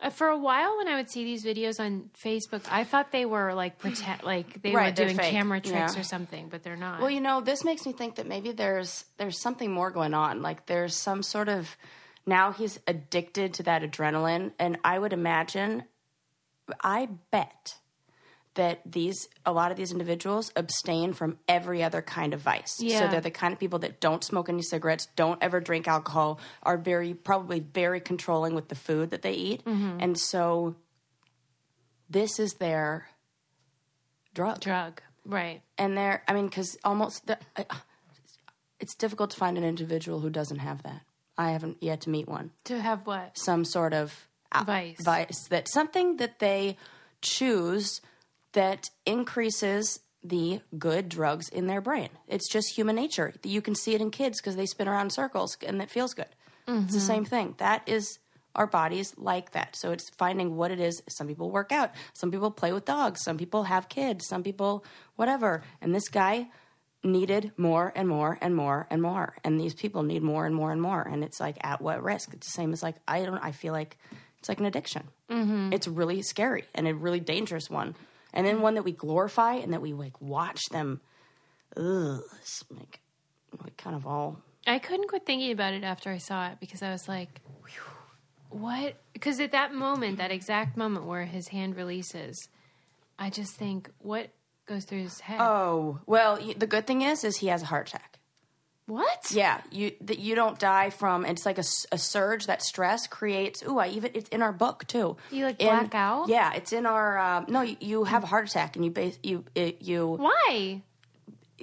Speaker 2: uh, for a while when I would see these videos on Facebook, I thought they were like pretend, like they
Speaker 1: Right,
Speaker 2: were
Speaker 1: they're
Speaker 2: doing
Speaker 1: fake.
Speaker 2: camera tricks
Speaker 1: Yeah.
Speaker 2: or something, but they're not.
Speaker 1: Well, you know, this makes me think that maybe there's there's something more going on. Like there's some sort of now he's addicted to that adrenaline, and I would imagine, I bet that these a lot of these individuals abstain from every other kind of vice. So
Speaker 2: Yeah.
Speaker 1: they're the kind of people that don't smoke any cigarettes, don't ever drink alcohol, are very probably very controlling with the food that they eat, and so this is their drug
Speaker 2: Drug. Right.
Speaker 1: and there i mean because almost the, uh, it's difficult to find an individual who doesn't have that i haven't yet to meet one
Speaker 2: To have what?
Speaker 1: some sort of uh,
Speaker 2: Vice.
Speaker 1: vice that something that they choose that increases the good drugs in their brain it's just human nature you can see it in kids because they spin around in circles and it feels good It's the same thing. That is our bodies like that. So it's finding what it is. Some people work out, some people play with dogs, some people have kids, some people whatever. And this guy needed more and more and more and more. And these people need more and more and more. And it's like at what risk? It's the same as like I don't I feel like it's like an addiction. Mm-hmm. It's really scary and a really dangerous one. And then one that we glorify and that we like watch them ugh, it's like we kind of all
Speaker 2: I couldn't quit thinking about it after I saw it because I was like, "Whew, what? Because at that moment, that exact moment where his hand releases, I just think, what goes through his head?
Speaker 1: Oh well, y- the good thing is, is he has a heart attack.
Speaker 2: what?
Speaker 1: Yeah, you that you don't die from. It's like a, s- a surge that stress creates. Ooh, I even it's in our book too.
Speaker 2: You, like,
Speaker 1: In-
Speaker 2: black out?
Speaker 1: Yeah, it's in our. Um, no, you, you have a heart attack and you base you it, you
Speaker 2: Why?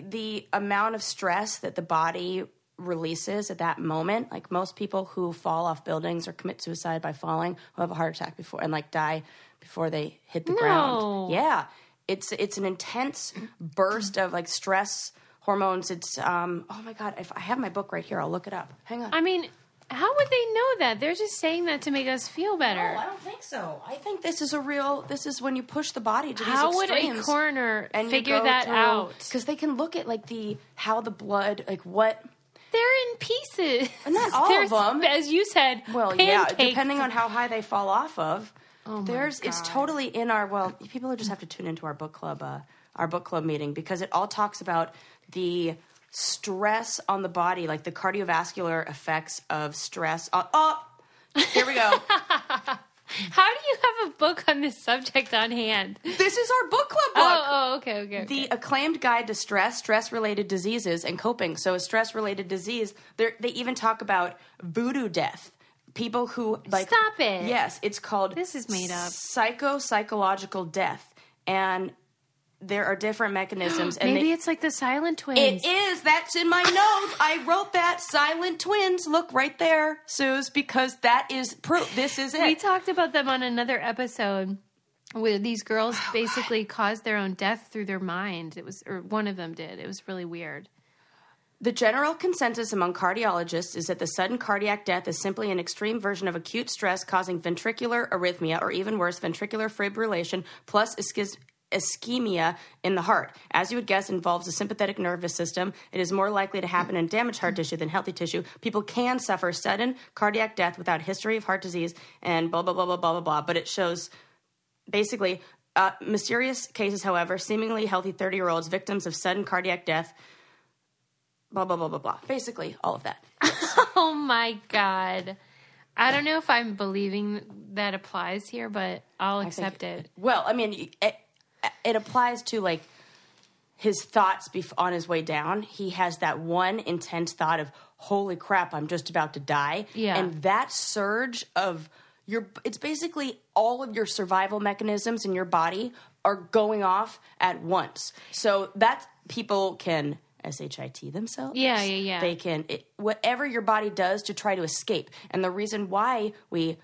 Speaker 1: the amount of stress that the body releases at that moment like most people who fall off buildings or commit suicide by falling who have a heart attack before and like die before they hit the
Speaker 2: No.
Speaker 1: ground yeah it's it's an intense burst of like stress hormones it's um oh my god if i have my book right here i'll look it up hang on
Speaker 2: I mean, how would they know that? They're just saying that to make us feel
Speaker 1: No,
Speaker 2: better.
Speaker 1: i don't think so i think this is a real this is when you push the body to these
Speaker 2: how would a
Speaker 1: extremes.
Speaker 2: coroner figure that out?
Speaker 1: because they can look at like the how the blood like what
Speaker 2: They're in pieces.
Speaker 1: Not all
Speaker 2: They're
Speaker 1: of 'em.
Speaker 2: s- as you said.
Speaker 1: Well, yeah,
Speaker 2: pancakes. Oh
Speaker 1: depending on how high they fall off of.
Speaker 2: my
Speaker 1: there's it's
Speaker 2: God.
Speaker 1: totally in our well, people just have to tune into our book club uh, our book club meeting because it all talks about the stress on the body, like the cardiovascular effects of stress on Oh, here we go.
Speaker 2: How do you have a book on this subject on hand?
Speaker 1: this is our book club book.
Speaker 2: Oh, oh, okay, okay. okay.
Speaker 1: The acclaimed guide to stress, stress related diseases, and coping. So, a stress related disease, they're- they even talk about voodoo death. People who like
Speaker 2: Stop it.
Speaker 1: Yes, it's called
Speaker 2: This is made up.
Speaker 1: psycho psychological death, and there are different mechanisms. And
Speaker 2: Maybe
Speaker 1: they-
Speaker 2: it's like the silent twins.
Speaker 1: it is. That's in my notes. I wrote that. Silent twins. Look right there, Suze, because that is proof. This is
Speaker 2: we
Speaker 1: it.
Speaker 2: talked about them on another episode where these girls basically caused their own death through their mind. It was or one of them did. It was really weird.
Speaker 1: The general consensus among cardiologists is that the sudden cardiac death is simply an extreme version of acute stress causing ventricular arrhythmia or even worse, ventricular fibrillation plus ischis- ischemia in the heart. As you would guess, involves the sympathetic nervous system. It is more likely to happen in damaged heart tissue than healthy tissue. People can suffer sudden cardiac death without history of heart disease and blah, blah, blah, blah, blah, blah, blah. But it shows basically uh, mysterious cases, however, seemingly healthy 30 year olds victims of sudden cardiac death blah blah blah blah blah. Basically, all of that.
Speaker 2: Oh my god. I don't know if I'm believing that applies here, but I'll accept it.
Speaker 1: Well, I mean, it, it applies to like his thoughts bef- on his way down. He has that one intense thought of "Holy crap, I'm just about to die,"
Speaker 2: Yeah.
Speaker 1: and that surge of your it's basically all of your survival mechanisms in your body are going off at once. So that people can. SHIT themselves.
Speaker 2: Yeah, yeah, yeah.
Speaker 1: They can, it, whatever your body does to try to escape. And the reason why we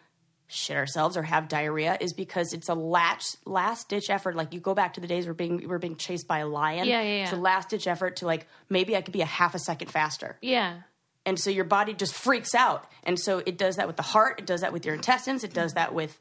Speaker 1: shit ourselves or have diarrhea is because it's a last last ditch effort. Like you go back to the days we're being we we're being chased by a lion.
Speaker 2: Yeah, yeah,
Speaker 1: It's a
Speaker 2: yeah.
Speaker 1: last ditch effort to like maybe I could be a half a second faster.
Speaker 2: Yeah.
Speaker 1: And so your body just freaks out. And so it does that with the heart. It does that with your intestines. It does that with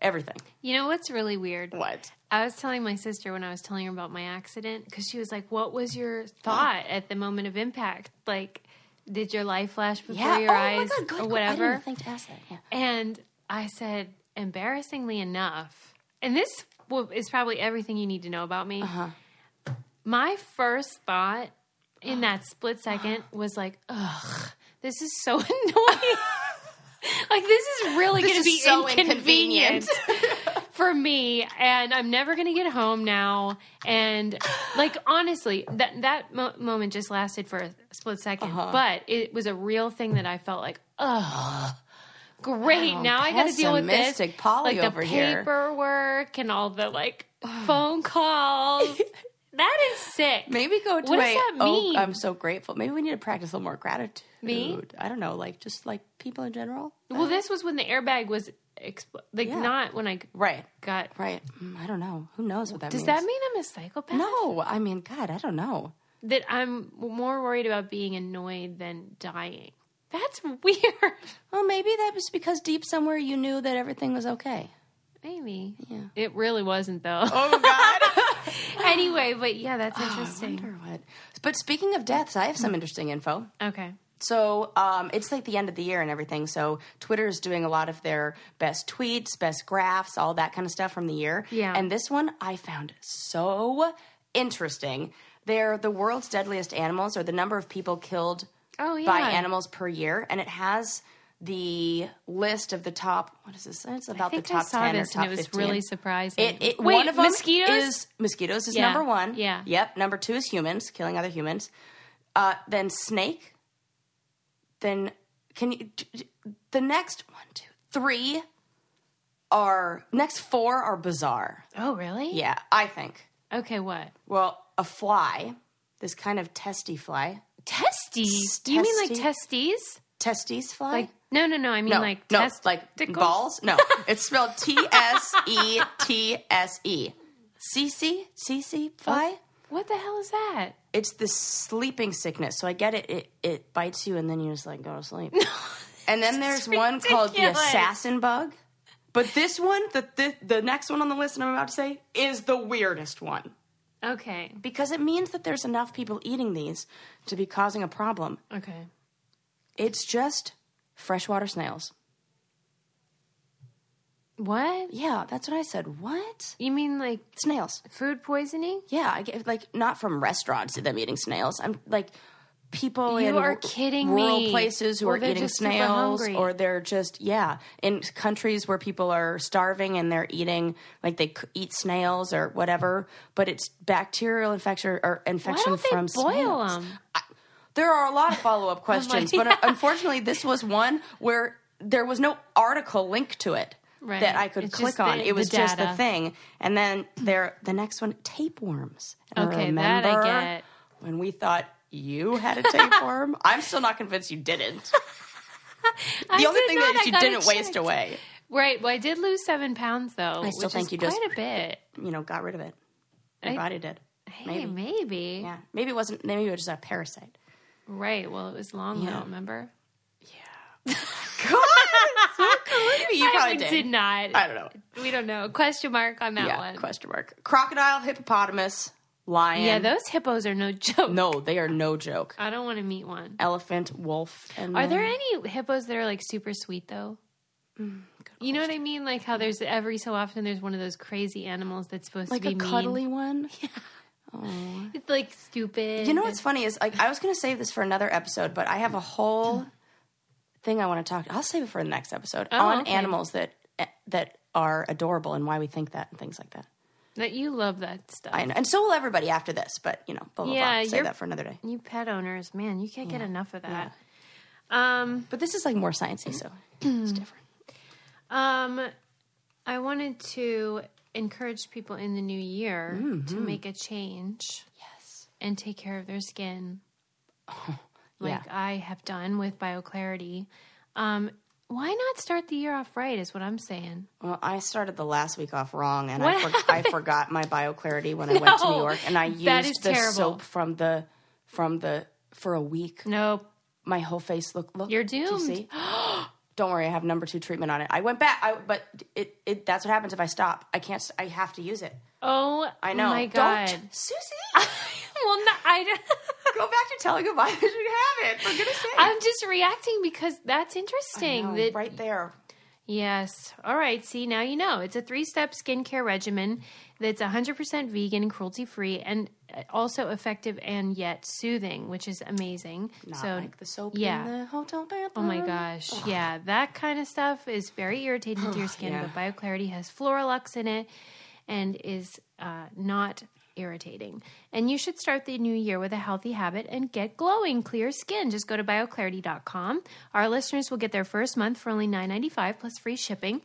Speaker 1: everything.
Speaker 2: You know what's really weird?
Speaker 1: What?
Speaker 2: I was telling my sister when I was telling her about my accident because she was like, "What was your thought at the moment of impact? Like, did your life flash before
Speaker 1: Yeah.
Speaker 2: your
Speaker 1: oh
Speaker 2: eyes
Speaker 1: my god. Good.
Speaker 2: or
Speaker 1: good. I
Speaker 2: whatever?"
Speaker 1: didn't even think to ask that. Yeah.
Speaker 2: And I said, embarrassingly enough, and this will- is probably everything you need to know about me.
Speaker 1: Uh-huh.
Speaker 2: My first thought in that split second was like, ugh, this is so annoying. like, this is really
Speaker 1: This
Speaker 2: going to
Speaker 1: is
Speaker 2: be
Speaker 1: so inconvenient.
Speaker 2: inconvenient. For me, and I'm never gonna get home now. And like honestly, that that mo- moment just lasted for a split 2nd
Speaker 1: Uh-huh.
Speaker 2: but it was a real thing that I felt like, great. now I got to deal with this,
Speaker 1: pessimistic Polly
Speaker 2: like the
Speaker 1: over here.
Speaker 2: paperwork and all the like phone calls. that is sick.
Speaker 1: Maybe go to
Speaker 2: What
Speaker 1: a,
Speaker 2: does that mean?
Speaker 1: Oh, I'm so grateful. Maybe we need to practice a little more gratitude.
Speaker 2: Me?
Speaker 1: I don't know, like just like people in general.
Speaker 2: Well, this was when the airbag was expl- like
Speaker 1: Yeah.
Speaker 2: not when I g-
Speaker 1: Right.
Speaker 2: got.
Speaker 1: Right. Mm, I don't know. Who knows what that
Speaker 2: Does
Speaker 1: means?
Speaker 2: that mean I'm a psychopath?
Speaker 1: No, I mean, God, I don't know.
Speaker 2: That I'm more worried about being annoyed than dying. That's weird.
Speaker 1: Well, maybe that was because deep somewhere you knew that everything was okay.
Speaker 2: Maybe.
Speaker 1: Yeah.
Speaker 2: It really wasn't though.
Speaker 1: Oh God.
Speaker 2: anyway, but yeah, that's interesting.
Speaker 1: wonder what. But speaking of deaths, I have
Speaker 2: Mm.
Speaker 1: some interesting info.
Speaker 2: Okay.
Speaker 1: So um, it's like the end of the year and everything. So Twitter is doing a lot of their best tweets, best graphs, all that kind of stuff from the year.
Speaker 2: Yeah.
Speaker 1: And this one I found so interesting. They're the world's deadliest animals, or the number of people killed
Speaker 2: Oh, yeah.
Speaker 1: by animals per year, and it has the list of the top. What is this? It's about
Speaker 2: I think
Speaker 1: the top
Speaker 2: I saw
Speaker 1: ten
Speaker 2: this
Speaker 1: or top
Speaker 2: and it was
Speaker 1: 15.
Speaker 2: really surprising.
Speaker 1: It, it,
Speaker 2: Wait,
Speaker 1: one of them
Speaker 2: mosquitoes?
Speaker 1: is mosquitoes is
Speaker 2: Yeah,
Speaker 1: number one.
Speaker 2: yeah.
Speaker 1: Yep. Number two is humans killing other humans. Uh, then snake. Then can you? d- d- The next one, two, three are next four are bizarre.
Speaker 2: oh, really?
Speaker 1: Yeah, I think.
Speaker 2: Okay, what?
Speaker 1: Well, a fly, this kind of testy fly,
Speaker 2: Testes? You mean like
Speaker 1: Testy-
Speaker 2: testes?
Speaker 1: testes fly.
Speaker 2: Like no, no, no. I mean
Speaker 1: no,
Speaker 2: like
Speaker 1: no,
Speaker 2: testicles.
Speaker 1: like balls. No, it's spelled T S E T S E. C C C C fly.
Speaker 2: What the hell is that?
Speaker 1: it's the sleeping sickness. So I get it. It it bites you and then you just like go to sleep. and then there's one called the
Speaker 2: ridiculous.
Speaker 1: assassin bug. But this one, the, the the next one on the list, and I'm about to say, is the weirdest one
Speaker 2: Okay.
Speaker 1: because it means that there's enough people eating these to be causing a problem.
Speaker 2: Okay.
Speaker 1: It's just freshwater snails.
Speaker 2: What?
Speaker 1: Yeah, that's what I said. What
Speaker 2: You mean like
Speaker 1: snails?
Speaker 2: food poisoning?
Speaker 1: Yeah, I get, like not from restaurants to them eating snails. I'm like people
Speaker 2: You
Speaker 1: in
Speaker 2: are
Speaker 1: ru-
Speaker 2: kidding
Speaker 1: rural
Speaker 2: me.
Speaker 1: places who
Speaker 2: Well,
Speaker 1: are
Speaker 2: they're
Speaker 1: eating
Speaker 2: just super
Speaker 1: snails,
Speaker 2: hungry.
Speaker 1: or they're just yeah in countries where people are starving and they're eating like they c- eat snails or whatever. But it's bacterial infection or
Speaker 2: Why
Speaker 1: infection
Speaker 2: don't they
Speaker 1: from
Speaker 2: boil
Speaker 1: snails.
Speaker 2: them?
Speaker 1: There are a lot of follow up questions, but uh, unfortunately, this was one where there was no article link to it.
Speaker 2: Right.
Speaker 1: That I could
Speaker 2: It's just
Speaker 1: click on.
Speaker 2: the-
Speaker 1: it was
Speaker 2: the
Speaker 1: just the
Speaker 2: data.
Speaker 1: thing, and then there the next one tapeworms. And
Speaker 2: Okay, that I
Speaker 1: remember
Speaker 2: get.
Speaker 1: When we thought you had a tapeworm, I'm still not convinced you didn't. The only thing that is you didn't waste away.
Speaker 2: Right. Well, I did lose seven pounds though.
Speaker 1: I still
Speaker 2: which
Speaker 1: think
Speaker 2: is
Speaker 1: you
Speaker 2: quite
Speaker 1: just-
Speaker 2: a bit.
Speaker 1: You know, got rid of it. Your
Speaker 2: I-
Speaker 1: body did.
Speaker 2: Hey,
Speaker 1: Maybe.
Speaker 2: maybe.
Speaker 1: Yeah, maybe it wasn't. Maybe it was just a parasite.
Speaker 2: Right. Well, it was long
Speaker 1: Yeah.
Speaker 2: though. Remember?
Speaker 1: God, so creepy. You
Speaker 2: I
Speaker 1: probably
Speaker 2: did
Speaker 1: did.
Speaker 2: not.
Speaker 1: I don't know.
Speaker 2: we don't know. Question mark on that
Speaker 1: yeah,
Speaker 2: one.
Speaker 1: question mark. Crocodile, hippopotamus, lion.
Speaker 2: Yeah, those hippos are no joke.
Speaker 1: no, they are no joke.
Speaker 2: I don't want to meet one.
Speaker 1: Elephant, wolf, and
Speaker 2: Are
Speaker 1: then-
Speaker 2: there any hippos that are like super sweet though?
Speaker 1: Mm,
Speaker 2: you know what I mean? Like how there's every so often there's one of those crazy animals that's supposed
Speaker 1: like
Speaker 2: to be
Speaker 1: a
Speaker 2: mean.
Speaker 1: cuddly one?
Speaker 2: It's like stupid.
Speaker 1: You know what's funny is like I was going to save this for another episode, but I have a whole thing I want to talk. I'll save it for the next episode on
Speaker 2: Oh, okay.
Speaker 1: animals that eh, that are adorable and why we think that and things like that.
Speaker 2: that you love that stuff.
Speaker 1: I know, and so will everybody after this. But you know, blah blah
Speaker 2: Yeah,
Speaker 1: blah. Save
Speaker 2: you're-
Speaker 1: that for another day.
Speaker 2: You pet owners, man, you can't get enough of that. Um,
Speaker 1: But this is like more sciencey, so it's different.
Speaker 2: um, I wanted to encourage people in the new year
Speaker 1: Mm-hmm.
Speaker 2: to make a change. Yes. And take care of their skin. like I have done with BioClarity. Um, why not start the year off right? Is what I'm saying.
Speaker 1: Well, I started the last week off wrong, and
Speaker 2: What
Speaker 1: I, for- I forgot my BioClarity when I went to New
Speaker 2: No,
Speaker 1: York, and I used
Speaker 2: that is
Speaker 1: the
Speaker 2: terrible.
Speaker 1: soap from the from the for a week.
Speaker 2: Nope.
Speaker 1: My whole face looked look.
Speaker 2: You're
Speaker 1: do you
Speaker 2: doomed.
Speaker 1: see? Don't worry, I have number two treatment on it. I went back, I, but it, it that's what happens if I stop. I can't. s- I have to use it.
Speaker 2: Oh,
Speaker 1: I know.
Speaker 2: My God.
Speaker 1: Don't, Susie,
Speaker 2: well, no, I don't-
Speaker 1: go back to telling him I should have it. For goodness' sake,
Speaker 2: I'm just reacting because that's interesting.
Speaker 1: No,
Speaker 2: that
Speaker 1: right there.
Speaker 2: Yes. All right. See, now you know. It's a three step skincare regimen that's 100% vegan and cruelty free and uh, also effective and yet soothing, which is amazing.
Speaker 1: Not
Speaker 2: so,
Speaker 1: like the soap
Speaker 2: yeah.
Speaker 1: in the hotel bathroom.
Speaker 2: oh my gosh. Yeah. That kind of stuff is very irritating to your skin,
Speaker 1: Yeah.
Speaker 2: but BioClarity has Floralux in it and is uh, not irritating. And you should start the new year with a healthy habit and get glowing clear skin. Just go to bioclarity.com. Our listeners will get their first month for only $9.95 plus free shipping.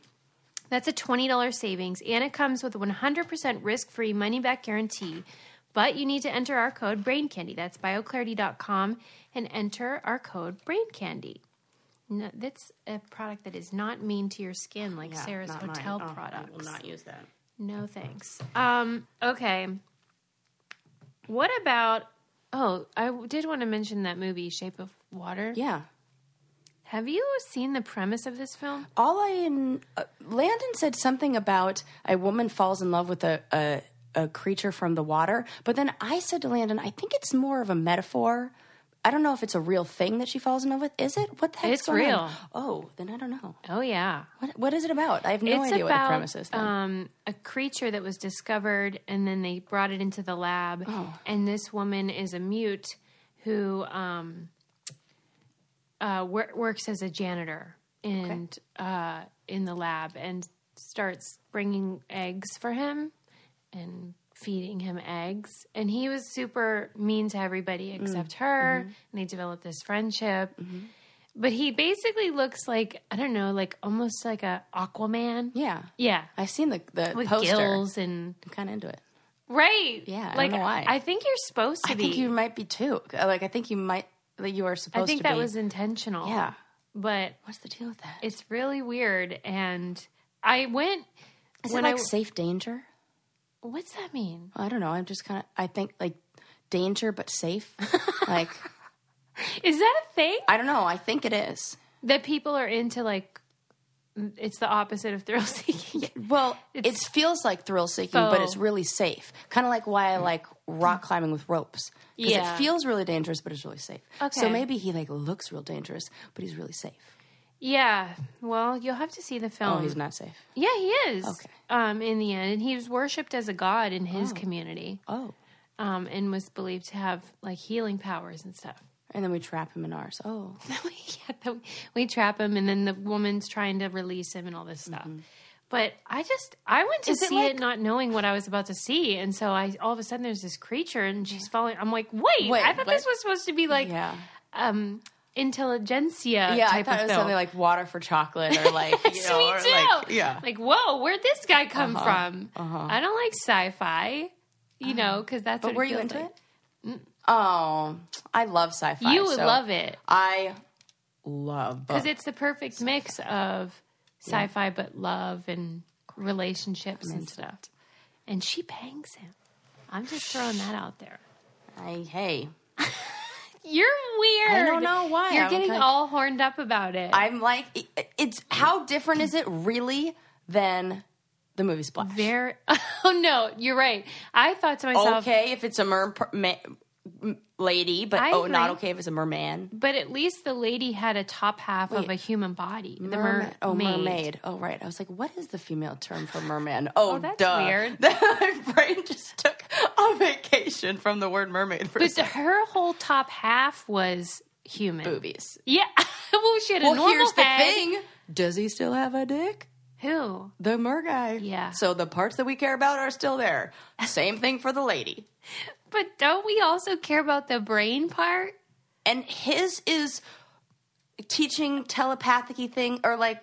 Speaker 2: That's a $20 savings, and it comes with a 100% risk free money back guarantee. But you need to enter our code BrainCandy. That's bioclarity.com and enter our code BrainCandy. No, that's a product that is not mean to your skin like
Speaker 1: Yeah,
Speaker 2: Sarah's
Speaker 1: not mine.
Speaker 2: hotel
Speaker 1: Oh,
Speaker 2: products.
Speaker 1: I will not use that.
Speaker 2: No thanks. Um, okay. What about? Oh, I w- did want to mention that movie, Shape of Water.
Speaker 1: Yeah.
Speaker 2: Have you seen the premise of this film?
Speaker 1: all I in, uh, Landon said something about a woman falls in love with a, a a creature from the water, but then I said to Landon, I think it's more of a metaphor. I don't know if it's a real thing that she falls in love with. Is it? What the heck's
Speaker 2: It's
Speaker 1: going on?
Speaker 2: real.
Speaker 1: Oh, then I don't know.
Speaker 2: Oh yeah.
Speaker 1: What what is it about? I have no
Speaker 2: it's
Speaker 1: idea
Speaker 2: about
Speaker 1: what the premise is. Then.
Speaker 2: Um, a creature that was discovered, and then they brought it into the lab. And this woman is a mute who um, uh, wor- works as a janitor and uh, in the lab, and starts bringing eggs for him and feeding him eggs. And he was super mean to everybody except her, and they developed this friendship. But he basically looks like I don't know, like almost like a Aquaman.
Speaker 1: yeah,
Speaker 2: Yeah.
Speaker 1: I've seen the the
Speaker 2: With
Speaker 1: poster.
Speaker 2: gills and
Speaker 1: I'm kind of into it.
Speaker 2: right.
Speaker 1: Yeah, I don't
Speaker 2: Like
Speaker 1: know why.
Speaker 2: I think you're supposed to
Speaker 1: I
Speaker 2: be.
Speaker 1: think you might be too. Uh, Like I think you might. That you are supposed
Speaker 2: I think
Speaker 1: to
Speaker 2: that
Speaker 1: be.
Speaker 2: was intentional.
Speaker 1: yeah.
Speaker 2: But
Speaker 1: What's the deal with that? Is
Speaker 2: it's really weird and I went
Speaker 1: it
Speaker 2: when
Speaker 1: like
Speaker 2: I
Speaker 1: safe danger?
Speaker 2: what's that mean?
Speaker 1: I don't know. I'm just kind of. I think like danger, but safe. like
Speaker 2: Is that a thing
Speaker 1: I don't know. I think it is.
Speaker 2: that people are into like mm, it's the opposite of thrill seeking.
Speaker 1: Well, it feels like thrill seeking, but it's
Speaker 2: Faux.
Speaker 1: really safe. Kind of like why I like rock climbing with ropes. Because
Speaker 2: Yeah.
Speaker 1: it feels really dangerous, but it's really safe. So
Speaker 2: Okay.
Speaker 1: maybe he like looks real dangerous, but he's really safe.
Speaker 2: Yeah. Well, you'll have to see the film.
Speaker 1: Oh, he's not safe.
Speaker 2: Yeah, he is.
Speaker 1: Okay.
Speaker 2: Um, in the end, and he was worshipped as a god in his community,
Speaker 1: Oh,
Speaker 2: um, and was believed to have like healing powers and stuff.
Speaker 1: and then we trap him in ours. Oh,
Speaker 2: yeah, that we, we trap him, and then the woman's trying to release him and all this stuff. But I just I went to
Speaker 1: Mm-hmm. Is it
Speaker 2: see
Speaker 1: like-
Speaker 2: it not knowing what I was about to see, and so I all of a sudden there's this creature, and she's falling. I'm like, wait,
Speaker 1: Wait,
Speaker 2: I thought this
Speaker 1: what?
Speaker 2: was supposed to be like
Speaker 1: yeah,
Speaker 2: um, intelligentsia.
Speaker 1: yeah. I
Speaker 2: type
Speaker 1: thought
Speaker 2: of
Speaker 1: it was
Speaker 2: film.
Speaker 1: something like water for chocolate or like you
Speaker 2: Yes,
Speaker 1: know,
Speaker 2: me
Speaker 1: or,
Speaker 2: too.
Speaker 1: like- yeah. Uh-huh,
Speaker 2: Like, whoa, where'd this guy come from? I don't like sci-fi, you know, because that's.
Speaker 1: But
Speaker 2: what
Speaker 1: were you
Speaker 2: feels
Speaker 1: into
Speaker 2: like. Mm.
Speaker 1: it? Oh, I love sci-fi.
Speaker 2: You would
Speaker 1: so
Speaker 2: love it
Speaker 1: I love
Speaker 2: because it's the perfect mix of sci-fi but love and relationships and stuff. And she bangs him. I'm just throwing that out there.
Speaker 1: I, hey,
Speaker 2: You're weird. I
Speaker 1: don't know why.
Speaker 2: You're
Speaker 1: I'm
Speaker 2: getting
Speaker 1: like-
Speaker 2: all horned up about it.
Speaker 1: I'm like, it- it's how different is it really than the movie Splash?
Speaker 2: Very. Oh no, you're right. I thought to myself,
Speaker 1: okay, if it's a mer ma- m- lady, but
Speaker 2: I
Speaker 1: oh, not
Speaker 2: agree.
Speaker 1: okay if it's a merman.
Speaker 2: But at least the lady had a top half of a human body. The mermaid.
Speaker 1: oh, mermaid. Oh, right. I was like, what is the female term for merman? Oh,
Speaker 2: that's
Speaker 1: duh.
Speaker 2: weird.
Speaker 1: My brain just took a vacation from the word mermaid for
Speaker 2: But her whole top half was human.
Speaker 1: boobies.
Speaker 2: Yeah. well, she had a
Speaker 1: Well,
Speaker 2: normal
Speaker 1: here's the
Speaker 2: head.
Speaker 1: thing. Does he still have a dick?
Speaker 2: Who?
Speaker 1: The mer guy.
Speaker 2: Yeah.
Speaker 1: So the parts that we care about are still there. Same thing for the lady.
Speaker 2: But don't we also care about the brain part?
Speaker 1: and his is teaching telepathic thing or like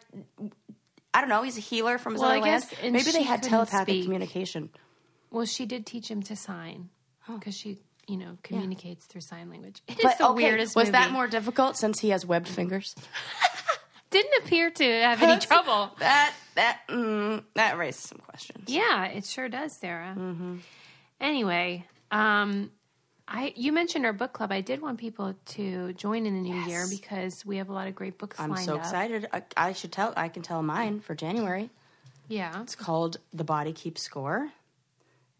Speaker 1: I don't know. He's a healer from his
Speaker 2: Well,
Speaker 1: other
Speaker 2: I guess-
Speaker 1: land.
Speaker 2: and
Speaker 1: Maybe they
Speaker 2: she
Speaker 1: had
Speaker 2: couldn't
Speaker 1: telepathic
Speaker 2: speak.
Speaker 1: communication.
Speaker 2: Well, she did teach him to sign because she, you know, communicates through sign language. It is
Speaker 1: But
Speaker 2: the
Speaker 1: okay,
Speaker 2: weirdest.
Speaker 1: was that
Speaker 2: movie.
Speaker 1: more difficult since he has webbed fingers?
Speaker 2: Didn't appear to have any trouble.
Speaker 1: That that mm, that raises some questions.
Speaker 2: Yeah, it sure does, Sarah.
Speaker 1: Mm-hmm.
Speaker 2: Anyway, um, I you mentioned our book club. I did want people to join in the new year because we have a lot of great books
Speaker 1: I'm
Speaker 2: lined
Speaker 1: so
Speaker 2: up.
Speaker 1: excited. I, I should tell. I can tell mine for January.
Speaker 2: Yeah.
Speaker 1: It's called The Body Keeps Score.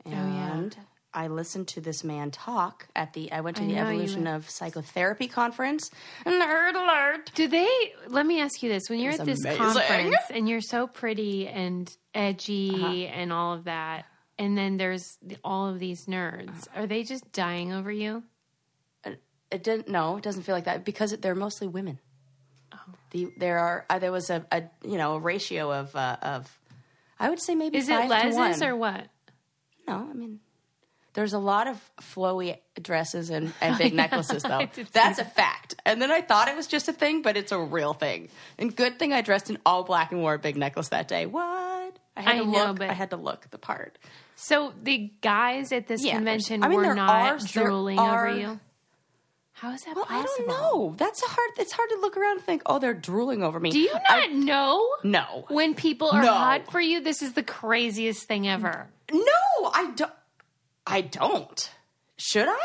Speaker 2: Oh, yeah.
Speaker 1: And I listened to this man talk at the I went to the
Speaker 2: know you
Speaker 1: Evolution of Psychotherapy conference. Nerd alert.
Speaker 2: Do they let me ask you this when you're at this
Speaker 1: amazing.
Speaker 2: conference and you're so pretty and edgy
Speaker 1: Uh-huh.
Speaker 2: and all of that and then there's the- all of these nerds are they just dying over you?
Speaker 1: It didn't no, it doesn't feel like that because they're mostly women.
Speaker 2: Oh.
Speaker 1: The, there are uh, there was a, a you know a ratio of uh, of I would say maybe
Speaker 2: Is it
Speaker 1: five to
Speaker 2: lesbians
Speaker 1: one.
Speaker 2: or what?
Speaker 1: no I mean there's a lot of flowy dresses and, and big necklaces though
Speaker 2: did see
Speaker 1: that's a fact and then I thought it was just a thing but it's a real thing and good thing I dressed in all black and wore a big necklace that day what I had
Speaker 2: I
Speaker 1: to
Speaker 2: know,
Speaker 1: look
Speaker 2: but-
Speaker 1: I had to look the part
Speaker 2: So the guys at this
Speaker 1: Yeah, there's-
Speaker 2: convention
Speaker 1: I mean,
Speaker 2: were
Speaker 1: there
Speaker 2: not
Speaker 1: are- there
Speaker 2: drooling
Speaker 1: are-
Speaker 2: over you. How is that
Speaker 1: well I
Speaker 2: possible?
Speaker 1: don't know that's a hard it's hard to look around and think oh they're drooling over me
Speaker 2: Do you not
Speaker 1: I-
Speaker 2: know?
Speaker 1: no
Speaker 2: When people are
Speaker 1: No.
Speaker 2: hot for you, this is the craziest thing ever.
Speaker 1: No, I don't. I don't. Should I?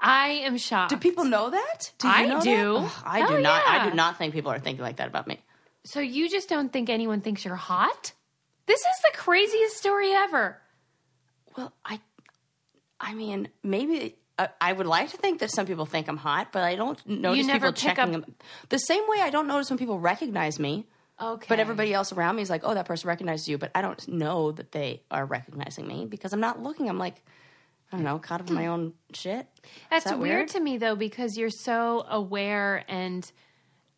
Speaker 2: I am shocked.
Speaker 1: Do people know that? Do you
Speaker 2: I
Speaker 1: know
Speaker 2: do.
Speaker 1: that? Ugh, I do
Speaker 2: Hell
Speaker 1: not.
Speaker 2: yeah.
Speaker 1: I do not think people are thinking like that about me.
Speaker 2: so you just don't think anyone thinks you're hot? This is the craziest story ever.
Speaker 1: Well, I, I mean, maybe I, I would like to think that some people think I'm hot, but I don't notice people
Speaker 2: never pick
Speaker 1: checking
Speaker 2: up-
Speaker 1: them. The same way I don't notice when people recognize me,
Speaker 2: Okay.
Speaker 1: but everybody else around me is like, "Oh, that person recognizes you," but I don't know that they are recognizing me because I'm not looking. I'm like, I don't know, caught up in my own shit.
Speaker 2: That's
Speaker 1: that
Speaker 2: weird?
Speaker 1: weird?
Speaker 2: to me though because you're so aware and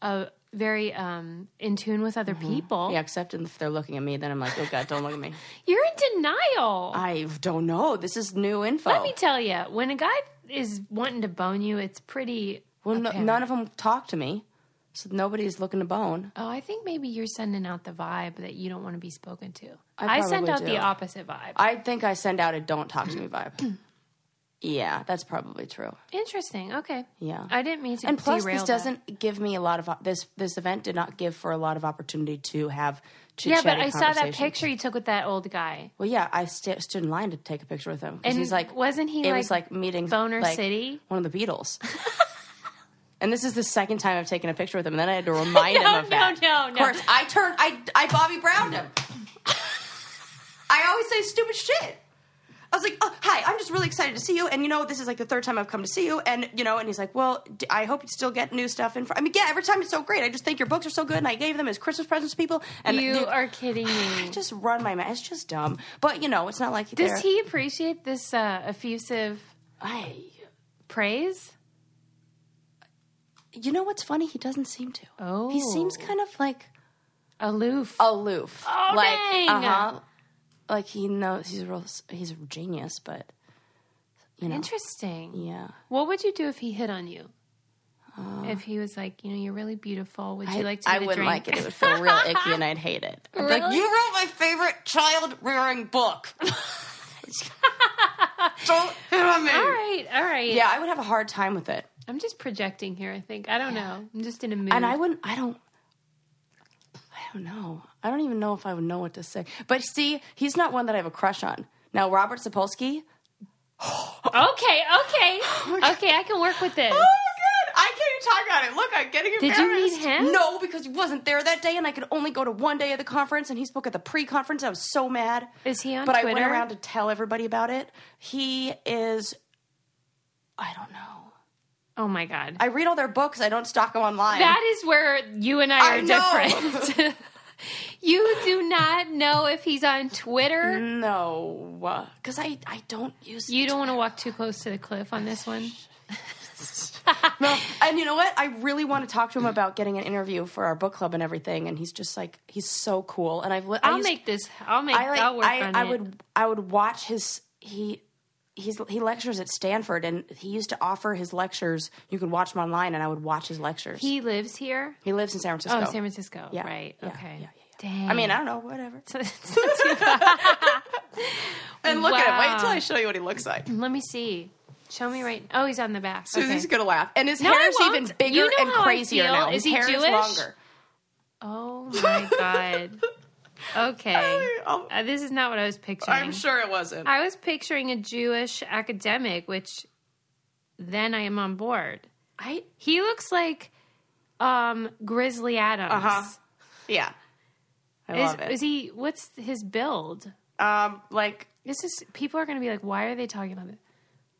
Speaker 2: uh, very um, in tune with other people.
Speaker 1: Mm-hmm. Yeah, except if they're looking at me, then I'm like, "Oh God, don't look at me."
Speaker 2: You're in denial.
Speaker 1: I don't know. This is new info.
Speaker 2: Let me tell you, when a guy is wanting to bone you, it's pretty.
Speaker 1: well, no,
Speaker 2: apparent.
Speaker 1: none of them talk to me, so nobody's looking to bone.
Speaker 2: Oh, I think maybe you're sending out the vibe that you don't want to be spoken to. I,
Speaker 1: I
Speaker 2: send
Speaker 1: probably
Speaker 2: out the
Speaker 1: do.
Speaker 2: opposite vibe.
Speaker 1: I think I send out a don't talk to me vibe. yeah, that's probably true.
Speaker 2: Interesting. Okay.
Speaker 1: Yeah.
Speaker 2: I didn't mean to.
Speaker 1: and plus,
Speaker 2: derail
Speaker 1: this
Speaker 2: that.
Speaker 1: doesn't give me a lot of op- this. This event did not give for a lot of opportunity to have.
Speaker 2: Yeah,
Speaker 1: chit-chatty
Speaker 2: but I saw that
Speaker 1: conversations.
Speaker 2: picture you took with that old guy.
Speaker 1: Well, yeah, I st- stood in line to take a picture with him because
Speaker 2: And
Speaker 1: he's like,
Speaker 2: wasn't he
Speaker 1: It
Speaker 2: like
Speaker 1: was like meeting
Speaker 2: Boner
Speaker 1: like,
Speaker 2: City?
Speaker 1: one of the Beatles. And this is the second time I've taken a picture with him, and then I had to remind him
Speaker 2: "Oh, No,
Speaker 1: of that.
Speaker 2: no, no,
Speaker 1: Of
Speaker 2: no.
Speaker 1: course, I turned, I, I Bobby Browned him. I always say stupid shit. I was like, oh, hi, I'm just really excited to see you. And you know, this is like the third time I've come to see you. And you know, and he's like, well, d- I hope you still get new stuff. And I mean, yeah, every time it's so great. I just think your books are so good. And I gave them as Christmas presents to people. And
Speaker 2: you
Speaker 1: dude,
Speaker 2: are kidding
Speaker 1: I
Speaker 2: me.
Speaker 1: just run my mouth. It's just dumb. But you know, it's not like they're-
Speaker 2: Does he appreciate this uh, effusive
Speaker 1: I,
Speaker 2: praise?
Speaker 1: you know what's funny? He doesn't seem to. He seems
Speaker 2: Oh.
Speaker 1: kind of like
Speaker 2: Aloof.
Speaker 1: aloof.
Speaker 2: Oh,
Speaker 1: like,
Speaker 2: dang.
Speaker 1: Uh-huh. Like he knows he's a real, he's a genius, but you know,
Speaker 2: Interesting.
Speaker 1: yeah.
Speaker 2: What would you do if he hit on you? if he was like, you know, you're really beautiful. Would you like to
Speaker 1: Uh, I
Speaker 2: get a
Speaker 1: wouldn't
Speaker 2: drink?
Speaker 1: like it. It would feel real icky, and I'd hate it. I'd be Like
Speaker 2: Really?
Speaker 1: you wrote my favorite child rearing book. Don't hit on me.
Speaker 2: All right, all right.
Speaker 1: Yeah, I would have a hard time with it,
Speaker 2: I'm just projecting here. I think I don't know. I'm just in a mood.
Speaker 1: and I wouldn't. I don't. I don't know. I don't even know if I would know what to say. But see, he's not one that I have a crush on. Now, Robert Sapolsky.
Speaker 2: okay, okay, okay. I can work with this.
Speaker 1: God! Oh, I can't even talk about it. Look, I'm getting
Speaker 2: Did you meet him?
Speaker 1: No, because he wasn't there that day, and I could only go to one day of the conference, and he spoke at the pre-conference. I was so mad.
Speaker 2: Is he on
Speaker 1: but I
Speaker 2: Twitter?
Speaker 1: went around to tell everybody about it. He is. I don't know.
Speaker 2: Oh my god,
Speaker 1: I read all their books. I don't stalk them online.
Speaker 2: that is where you and I
Speaker 1: I
Speaker 2: are
Speaker 1: know.
Speaker 2: different. you do not know if he's on Twitter.
Speaker 1: Mm. no, because I I don't use.
Speaker 2: You don't want to walk too close to the cliff on this one.
Speaker 1: No, and you know what? I really want to talk to him about getting an interview for our book club and everything. And he's just like he's so cool. And I've li- I
Speaker 2: I'll
Speaker 1: used-
Speaker 2: make this. I'll make.
Speaker 1: I like.
Speaker 2: I'll work
Speaker 1: I,
Speaker 2: on
Speaker 1: I
Speaker 2: it.
Speaker 1: would. I would watch his. He. He's, he lectures at Stanford, and he used to offer his lectures. You could watch them online, and I would watch his lectures. He,
Speaker 2: He lives here.
Speaker 1: lives in San Francisco.
Speaker 2: Oh, San Francisco.
Speaker 1: Yeah.
Speaker 2: Right.
Speaker 1: Yeah.
Speaker 2: Okay.
Speaker 1: Yeah.
Speaker 2: Dang.
Speaker 1: I mean, I don't know, whatever.
Speaker 2: It's not too bad.
Speaker 1: And
Speaker 2: look at it. Wait till I
Speaker 1: show you what he looks like.
Speaker 2: Let me see. Show me right. Oh, he's on the back. Okay.
Speaker 1: Susie's gonna laugh, and his
Speaker 2: No, I
Speaker 1: hair is even
Speaker 2: won't.
Speaker 1: bigger
Speaker 2: You know
Speaker 1: and
Speaker 2: how I
Speaker 1: crazier
Speaker 2: feel.
Speaker 1: now.
Speaker 2: Is
Speaker 1: His
Speaker 2: he
Speaker 1: hair
Speaker 2: Jewish?
Speaker 1: is longer.
Speaker 2: Oh my god. Okay.
Speaker 1: I'll-
Speaker 2: Uh, this is not what I was picturing.
Speaker 1: sure it wasn't.
Speaker 2: I was picturing a Jewish academic, which then I am on board.
Speaker 1: I
Speaker 2: He looks like um Grizzly Adams.
Speaker 1: Uh-huh. yeah, I
Speaker 2: Is,
Speaker 1: love it.
Speaker 2: is he? What's his build?
Speaker 1: um, like
Speaker 2: This is people are going to be like, why are they talking about it?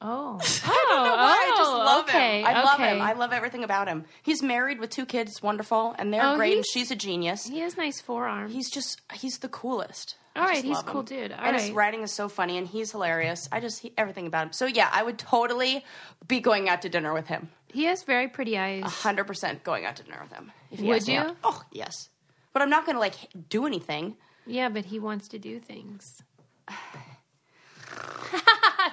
Speaker 2: Oh,
Speaker 1: I don't know why. I just
Speaker 2: Oh,
Speaker 1: love
Speaker 2: okay,
Speaker 1: him. I love
Speaker 2: okay.
Speaker 1: him. I love everything about him. He's married with two kids, wonderful, and they're
Speaker 2: Oh,
Speaker 1: great. And
Speaker 2: he's-
Speaker 1: she's a genius.
Speaker 2: he has nice forearms.
Speaker 1: He's just he's the coolest.
Speaker 2: All
Speaker 1: I
Speaker 2: right,
Speaker 1: just
Speaker 2: he's
Speaker 1: love him.
Speaker 2: cool dude. Oh, All
Speaker 1: and
Speaker 2: right.
Speaker 1: his writing is so funny, and he's hilarious. I just he, everything about him. So yeah, I would totally be going out to dinner with him.
Speaker 2: He has very pretty eyes.
Speaker 1: Hundred percent going out to dinner with him. If he
Speaker 2: Would
Speaker 1: asked me
Speaker 2: you?
Speaker 1: out. Oh yes, but I'm not going to like do anything.
Speaker 2: Yeah, but he wants to do things.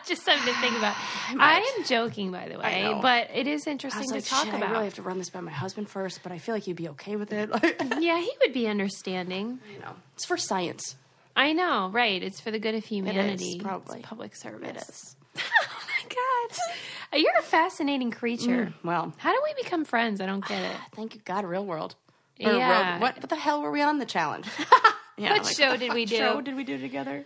Speaker 2: Just something to think about. I, am joking, by the way,
Speaker 1: know.
Speaker 2: but it is interesting
Speaker 1: I was
Speaker 2: to
Speaker 1: like,
Speaker 2: talk
Speaker 1: shit,
Speaker 2: about.
Speaker 1: I really have to run this by my husband first, but I feel like he'd be okay with it. you
Speaker 2: yeah, he would be understanding.
Speaker 1: know, it's for science.
Speaker 2: I know, right? It's for the good of humanity.
Speaker 1: probably.
Speaker 2: It's public service.
Speaker 1: is.
Speaker 2: oh my god, you're a fascinating creature.
Speaker 1: Well,
Speaker 2: How do we become friends? I don't get it.
Speaker 1: thank you God, real world. Or
Speaker 2: Yeah.
Speaker 1: Road- what, what the hell were we on the challenge? yeah,
Speaker 2: What show did we
Speaker 1: what
Speaker 2: do?
Speaker 1: Show did we do together?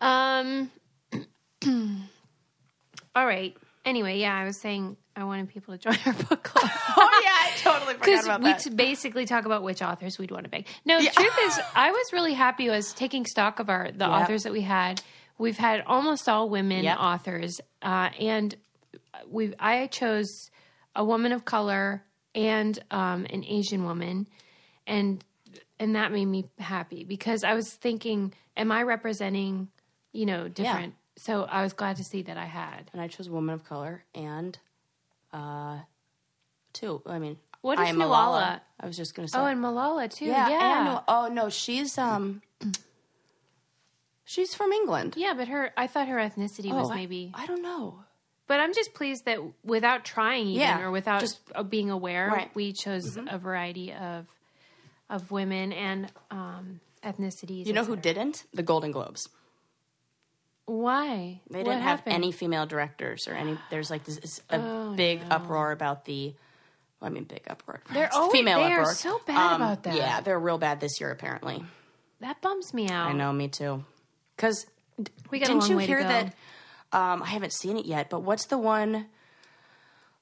Speaker 2: Um. all right. Anyway, yeah, I was saying I wanted people to join our book club.
Speaker 1: Oh yeah, I totally forgot
Speaker 2: Because
Speaker 1: about
Speaker 2: we
Speaker 1: that.
Speaker 2: t- basically talk about which authors we'd want to pick. No, the truth is, I was really happy. Was taking stock of our the authors that we had. We've had almost all women
Speaker 1: Yep.
Speaker 2: authors, uh, and we I chose a woman of color and um, an Asian woman, and and that made me happy because I was thinking, am I representing, you know, different? So I was glad to see that I had.
Speaker 1: and I chose woman of color and uh two. I mean,
Speaker 2: What
Speaker 1: I
Speaker 2: is
Speaker 1: am
Speaker 2: Malala?
Speaker 1: I was just gonna say.
Speaker 2: Oh, and Malala too.
Speaker 1: yeah,
Speaker 2: Yeah, yeah.
Speaker 1: and- oh no, she's um, she's from England.
Speaker 2: but her I thought her ethnicity was maybe
Speaker 1: Oh, I don't know.
Speaker 2: But I'm just pleased that without trying even
Speaker 1: Yeah,
Speaker 2: or without
Speaker 1: just-
Speaker 2: just being aware,
Speaker 1: Right.
Speaker 2: we chose a variety of of women and um, ethnicities.
Speaker 1: You know who
Speaker 2: etc.
Speaker 1: didn't? The Golden Globes.
Speaker 2: Why
Speaker 1: They
Speaker 2: What
Speaker 1: didn't have
Speaker 2: happened?
Speaker 1: any female directors or any. There's like this, is a big uproar about the. Well, I mean, big uproar.
Speaker 2: They're
Speaker 1: It's
Speaker 2: always-
Speaker 1: female
Speaker 2: they are
Speaker 1: uproar. Um,
Speaker 2: so bad about that.
Speaker 1: Yeah, they're real bad this year. Apparently,
Speaker 2: That bums me out.
Speaker 1: I know. Me too. Because
Speaker 2: We got
Speaker 1: didn't
Speaker 2: a long
Speaker 1: you
Speaker 2: way
Speaker 1: hear
Speaker 2: to go.
Speaker 1: that? Um, I haven't seen it yet, but what's the one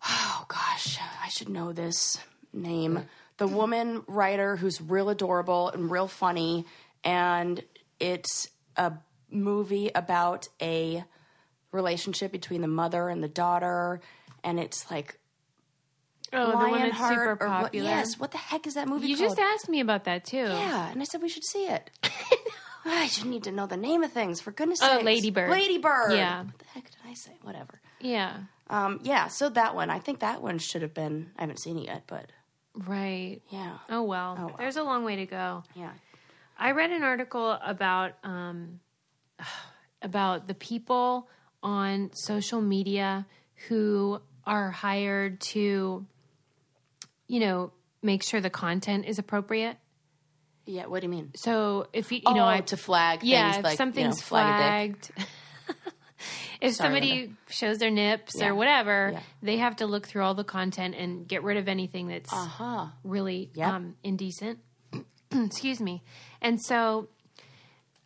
Speaker 1: oh gosh, I should know this name. The woman writer who's real adorable and real funny, and it's a movie about a relationship between the mother and the daughter, and it's like
Speaker 2: oh, the one that's
Speaker 1: Lionheart
Speaker 2: super
Speaker 1: or what-
Speaker 2: popular.
Speaker 1: yes, what the heck is that movie?
Speaker 2: you
Speaker 1: called?
Speaker 2: just asked me about that too.
Speaker 1: Yeah, and I said we should see it. I should need to know the name of things for goodness'
Speaker 2: Oh,
Speaker 1: sake.
Speaker 2: Lady Bird.
Speaker 1: Lady Bird.
Speaker 2: Yeah.
Speaker 1: What the heck did I say? Whatever.
Speaker 2: Yeah.
Speaker 1: Um, yeah. So that one, I think that one should have been. I haven't seen it yet, but
Speaker 2: Right.
Speaker 1: yeah,
Speaker 2: Oh well. There's a long way to go.
Speaker 1: yeah.
Speaker 2: I read an article about um, about the people on social media who are hired to, you know, make sure the content is appropriate.
Speaker 1: Yeah. What do you mean?
Speaker 2: So if you, you know,
Speaker 1: Oh,
Speaker 2: I
Speaker 1: to flag.
Speaker 2: yeah,
Speaker 1: things
Speaker 2: if
Speaker 1: like, you know,
Speaker 2: something's
Speaker 1: flag a dick.
Speaker 2: flagged. If somebody shows their nips
Speaker 1: Yeah.
Speaker 2: or whatever,
Speaker 1: Yeah.
Speaker 2: they have to look through all the content and get rid of anything that's
Speaker 1: Huh.
Speaker 2: really
Speaker 1: Uh-huh. Yep.
Speaker 2: um, indecent. Excuse me. And so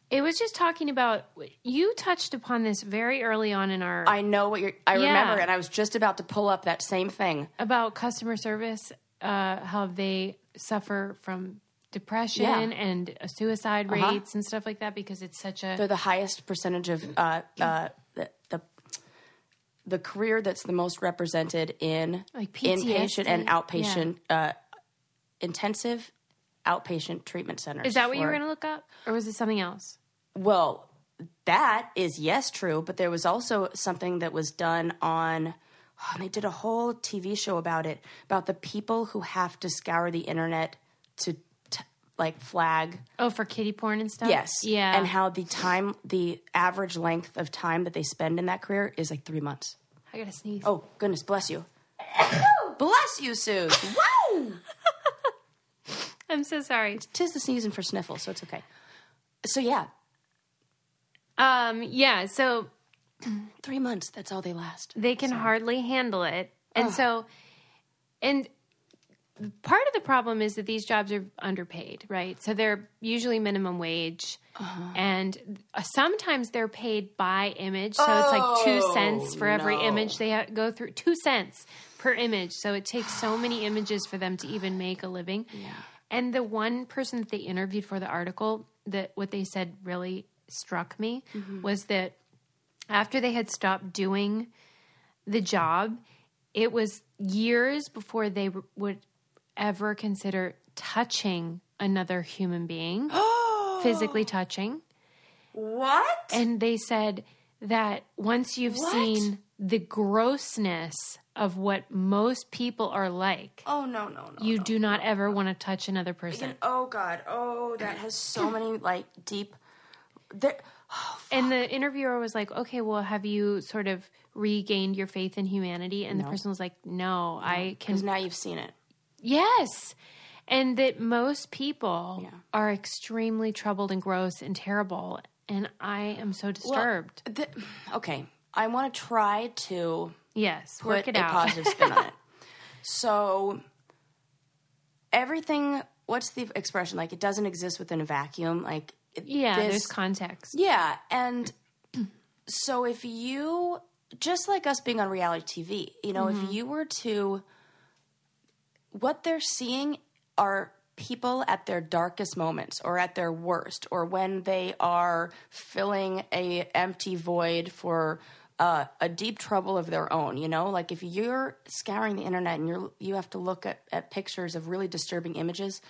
Speaker 2: it was just talking about you touched upon this very early on in our
Speaker 1: I know what you're. I
Speaker 2: Yeah.
Speaker 1: remember, and I was just about to pull up that same thing.
Speaker 2: about customer service, uh, how they suffer from depression
Speaker 1: Yeah. Uh-huh.
Speaker 2: and uh, suicide rates and stuff like that because it's such a
Speaker 1: They're the highest percentage of uh, uh, the, the the career that's the most represented in
Speaker 2: Like
Speaker 1: inpatient and
Speaker 2: PTSD?
Speaker 1: outpatient uh, intensive outpatient treatment centers.
Speaker 2: is that what you were
Speaker 1: for-
Speaker 2: going to look up or was it something else?
Speaker 1: Well, that is yes true, but there was also something that was done on oh, and they did a whole TV show about it about the people who have to scour the internet to t- like flag
Speaker 2: Oh, for kitty porn and stuff.
Speaker 1: yes
Speaker 2: yeah,
Speaker 1: and how the time the average length of time that they spend in that career is like 3 months.
Speaker 2: I gotta sneeze.
Speaker 1: Oh, goodness bless you. bless you, Suze. Wow.
Speaker 2: I'm so sorry.
Speaker 1: Tis the season for sniffles, so it's okay. So yeah,
Speaker 2: Um, yeah, so
Speaker 1: 3 months that's all they last.
Speaker 2: they can hardly handle it and so and part of the problem is that these jobs are underpaid right so they're usually minimum wage and uh, sometimes they're paid by image so it's like two cents for every image they ha- go through two cents per image so it takes so many images for them to even make a living yeah. and the one person that they interviewed for the article that what they said really struck me was that after they had stopped doing the job, it was years before they w- would ever consider touching another human being, physically touching.
Speaker 1: What?
Speaker 2: And they said that once you've seen the grossness of what most people are like,
Speaker 1: Oh no, no, no.
Speaker 2: you do not ever want to touch another person.
Speaker 1: Oh God! Oh, that has so many like deep There,
Speaker 2: And the interviewer was like, okay, well, have you sort of regained your faith in humanity? And the person was like, no, I can.
Speaker 1: because now you've seen it.
Speaker 2: Yes. And that most people
Speaker 1: Yeah.
Speaker 2: are extremely troubled and gross and terrible. And I am so disturbed.
Speaker 1: The, okay, I want to try to
Speaker 2: yes.
Speaker 1: put
Speaker 2: Work it
Speaker 1: a
Speaker 2: out.
Speaker 1: positive spin on it. So everything. What's the expression? Like it doesn't exist within a vacuum. Like it,
Speaker 2: yeah.
Speaker 1: this-
Speaker 2: there's context.
Speaker 1: Yeah, and so if you just like us being on reality TV, you know, if you were to what they're seeing are people at their darkest moments or at their worst or when they are filling a empty void for uh, a deep trouble of their own you know like if you're scouring the internet and you're you have to look at, at pictures of really disturbing images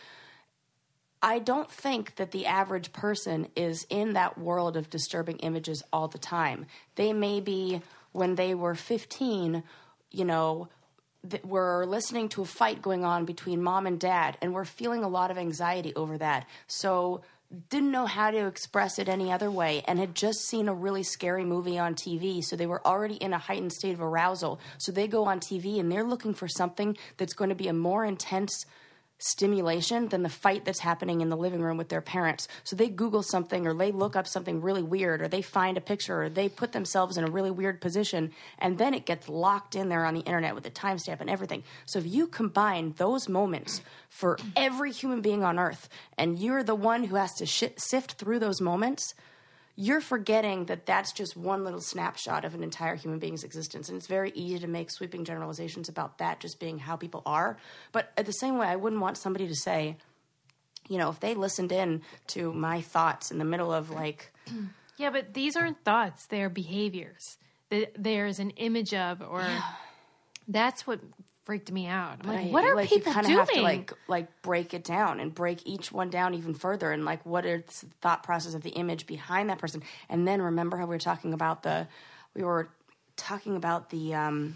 Speaker 1: I don't think that the average person is in that world of disturbing images all the time. They may be when they were 15, you know, th- were listening to a fight going on between mom and dad and were feeling a lot of anxiety over that. So didn't know how to express it any other way and had just seen a really scary movie on TV so they were already in a heightened state of arousal so they go on TV and they're looking for something that's going to be a more intense stimulation than the fight that's happening in the living room with their parents. So they Google something or they look up something really weird or they find a picture or they put themselves in a really weird position and then it gets locked in there on the internet with a timestamp and everything. So if you combine those moments for every human being on earth and you're the one who has to shi sift through those moments, you're forgetting that that's just one little snapshot of an entire human being's existence. And it's very easy to make sweeping generalizations about that just being how people are. But at the same way, I wouldn't want somebody to say, you know, if they listened in to my thoughts in the middle of like,
Speaker 2: Yeah, but these aren't thoughts, they're behaviors. That There's an image of, or that's what freaked me out. I'm like,
Speaker 1: I-
Speaker 2: what are
Speaker 1: like,
Speaker 2: people
Speaker 1: you kinda
Speaker 2: doing?
Speaker 1: Have to like like break it down and break each one down even further, and like what is the thought process of the image behind that person, and then remember how we were talking about the we were talking about the um,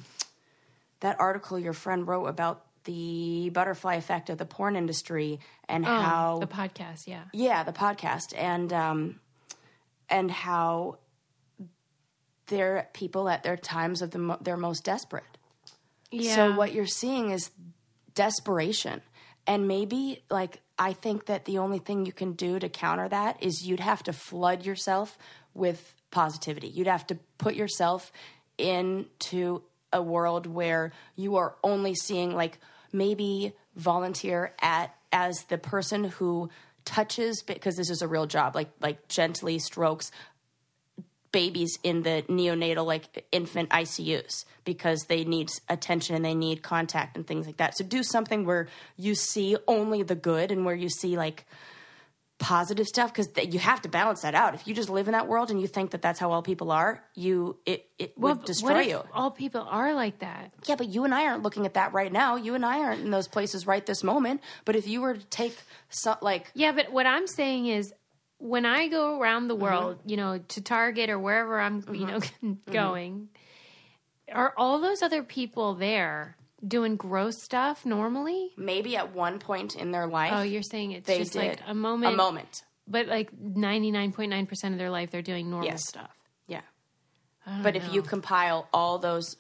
Speaker 1: that article your friend wrote about the butterfly effect of the porn industry and how
Speaker 2: Oh, the podcast, yeah.
Speaker 1: yeah, the podcast, and um, and how they're people at their times of the mo- their most desperate.
Speaker 2: yeah.
Speaker 1: So what you're seeing is desperation. And maybe like I think that the only thing you can do to counter that is you'd have to flood yourself with positivity. You'd have to put yourself into a world where you are only seeing like maybe volunteer at as the person who touches because this is a real job like like gently strokes babies in the neonatal like infant ICUs because they need attention and they need contact and things like that. So do something where you see only the good and where you see like positive stuff because you have to balance that out. If you just live in that world and you think that that's how all people are, you it it
Speaker 2: Well,
Speaker 1: would
Speaker 2: but
Speaker 1: destroy
Speaker 2: what if
Speaker 1: you.
Speaker 2: All people are like that.
Speaker 1: Yeah, but you and I aren't looking at that right now. You and I aren't in those places right this moment. But if you were to take some like
Speaker 2: Yeah, but what I'm saying is when I go around
Speaker 1: Mm-hmm.
Speaker 2: the world, you know, to Target or wherever I'm, you know,
Speaker 1: Mm-hmm.
Speaker 2: going, are all those other people there doing gross stuff normally?
Speaker 1: maybe at one point in their life,
Speaker 2: Oh, you're saying it's
Speaker 1: they
Speaker 2: just
Speaker 1: did
Speaker 2: like a moment,
Speaker 1: a moment.
Speaker 2: but like 99.9% of their life they're doing normal
Speaker 1: Yes.
Speaker 2: stuff.
Speaker 1: Yeah. But if you compile all those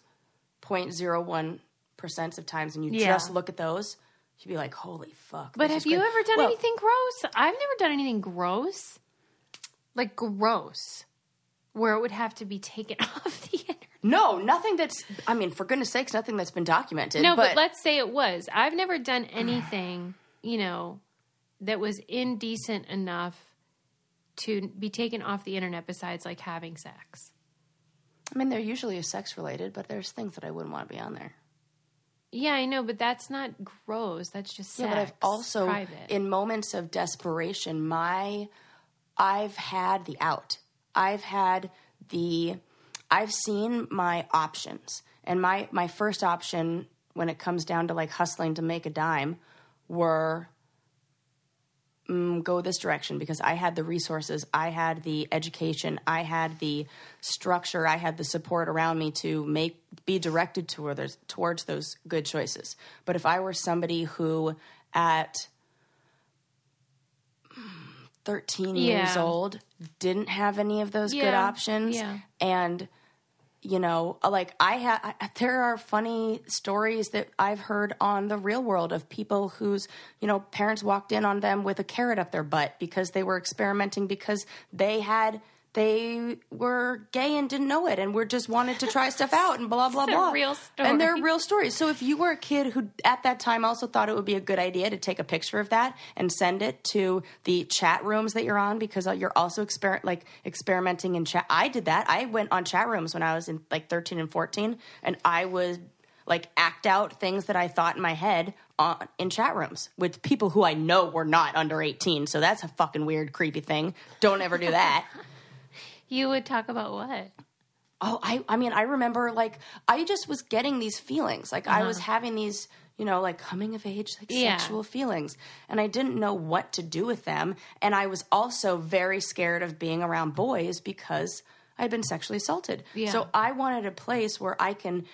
Speaker 1: 0.01% of times and you
Speaker 2: Yeah.
Speaker 1: just look at those, you'd be like, holy fuck.
Speaker 2: But
Speaker 1: this
Speaker 2: have
Speaker 1: is
Speaker 2: you
Speaker 1: great.
Speaker 2: ever done
Speaker 1: Well,
Speaker 2: anything gross? I've never done anything gross. Like gross. Where it would have to be taken off the internet.
Speaker 1: No, nothing that's, I mean, for goodness sakes, nothing that's been documented.
Speaker 2: No, but, let's say it was. I've never done anything, you know, that was indecent enough to be taken off the internet besides like having sex.
Speaker 1: I mean, they're usually sex related, but there's things that I wouldn't want to be on there.
Speaker 2: Yeah, I know, but that's not gross. That's just sex.
Speaker 1: Yeah, but I've also
Speaker 2: private.
Speaker 1: in moments of desperation, my I've had the out. I've had the I've seen my options. And my my first option when it comes down to like hustling to make a dime were mm, go this direction because I had the resources, I had the education, I had the structure, I had the support around me to make be directed towards towards those good choices. But if I were somebody who at 13
Speaker 2: Yeah.
Speaker 1: years old, didn't have any of those good
Speaker 2: Yeah.
Speaker 1: options.
Speaker 2: Yeah.
Speaker 1: And, you know, like I have, there are funny stories that I've heard on the real world of people whose, you know, parents walked in on them with a carrot up their butt because they were experimenting because they had. They were gay and didn't know it, and were just wanted to try stuff out and blah blah
Speaker 2: It's a
Speaker 1: blah.
Speaker 2: real
Speaker 1: and they're
Speaker 2: story.
Speaker 1: real stories. So if you were a kid who at that time also thought it would be a good idea to take a picture of that and send it to the chat rooms that you're on because uh, you're also exper- like experimenting in chat. I did that. I went on chat rooms when I was in like 13 and 14 and I was like act out things that I thought in my head on, in chat rooms with people who I know were not under 18. So that's a fucking weird creepy thing. Don't ever do that.
Speaker 2: You would talk about what?
Speaker 1: oh i i mean i remember like i just was getting these feelings like i was having these you know like coming of age like
Speaker 2: Yeah.
Speaker 1: sexual feelings and i didn't know what to do with them and i was also very scared of being around boys because i'd been sexually assaulted
Speaker 2: Yeah.
Speaker 1: so i wanted a place where i can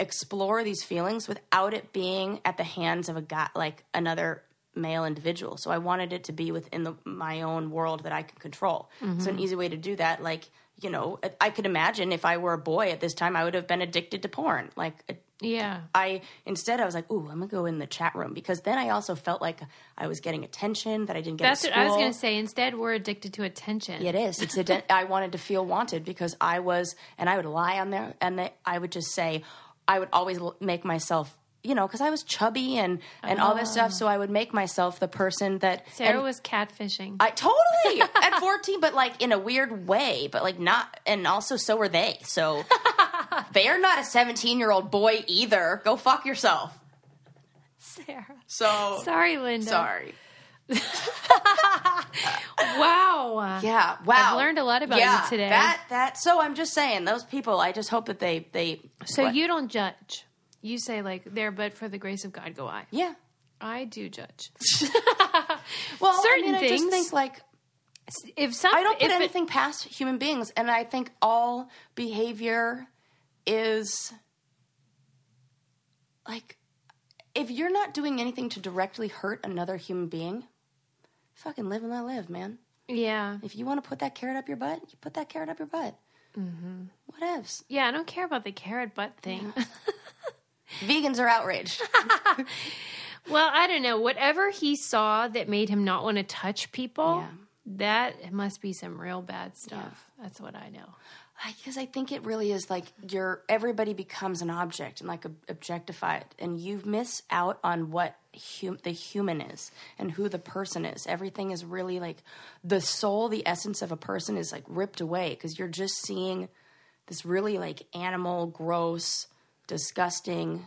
Speaker 1: explore these feelings without it being at the hands of a guy like another male individual so i wanted it to be within the, my own world that i can control so an easy way to do that like you know I- i could imagine if i were a boy at this time i would have been addicted to porn like
Speaker 2: Yeah.
Speaker 1: I instead I was like, "Ooh, I'm gonna go in the chat room," because then I also felt like I was getting attention that I didn't get.
Speaker 2: That's
Speaker 1: at
Speaker 2: what I was
Speaker 1: school.
Speaker 2: going to say. Instead, we're addicted to attention.
Speaker 1: It is. It's. ident- I wanted to feel wanted because I was, and I would lie on there, and they, I would just say, I would always l- make myself, you know, because I was chubby and and all this stuff, so I would make myself the person that
Speaker 2: Sarah
Speaker 1: and
Speaker 2: was catfishing.
Speaker 1: I totally at fourteen, but like in a weird way, but like not, and also so were they. So they are not a seventeen-year-old boy either. Go fuck yourself.
Speaker 2: Sarah.
Speaker 1: So
Speaker 2: Sorry, Linda.
Speaker 1: sorry.
Speaker 2: Wow.
Speaker 1: Yeah. Wow.
Speaker 2: I've learned a lot about
Speaker 1: yeah,
Speaker 2: you today.
Speaker 1: That that so I'm just saying those people, I just hope that they they
Speaker 2: So
Speaker 1: what-
Speaker 2: you don't judge. You say like, "There, but for the grace of God, go I."
Speaker 1: Yeah.
Speaker 2: I do judge.
Speaker 1: Well I mean,
Speaker 2: Certain
Speaker 1: I just
Speaker 2: things-
Speaker 1: think like
Speaker 2: If some,
Speaker 1: I don't put
Speaker 2: if it-
Speaker 1: anything past human beings and I think all behavior is like if you're not doing anything to directly hurt another human being, fucking live and let live, man.
Speaker 2: yeah,
Speaker 1: If you want to put that carrot up your butt, you put that carrot up your butt. Mm-hmm. What ifs?
Speaker 2: yeah, I don't care about the carrot butt thing.
Speaker 1: Vegans are outraged.
Speaker 2: well, I don't know. Whatever he saw that made him not want to touch people,
Speaker 1: Yeah.
Speaker 2: that must be some real bad stuff. That's what I know.
Speaker 1: Because I think it really is like you're everybody becomes an object and like ob- objectified, and you miss out on what hum- the human is and who the person is. Everything is really like the soul, the essence of a person is like ripped away because you're just seeing this really like animal, gross, disgusting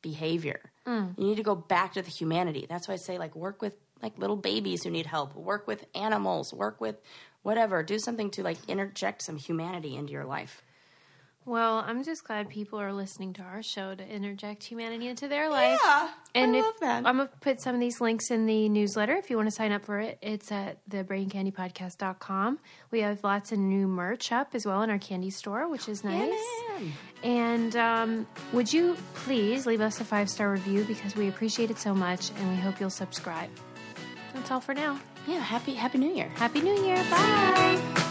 Speaker 1: behavior. You need to go back to the humanity. That's why I say like work with like little babies who need help, work with animals, work with whatever, do something to like interject some humanity into your life.
Speaker 2: Well, I'm just glad people are listening to our show to interject humanity into their life. And
Speaker 1: I
Speaker 2: if,
Speaker 1: love that.
Speaker 2: I'm gonna put some of these links in the newsletter if you want to sign up for it. It's at thebraincandypodcast.com. We have lots of new merch up as well in our candy store, which is nice. And um, would you please leave us a five star review because we appreciate it so much and we hope you'll subscribe. That's all for now.
Speaker 1: yeah, happy happy new year.
Speaker 2: Happy New Year. Bye.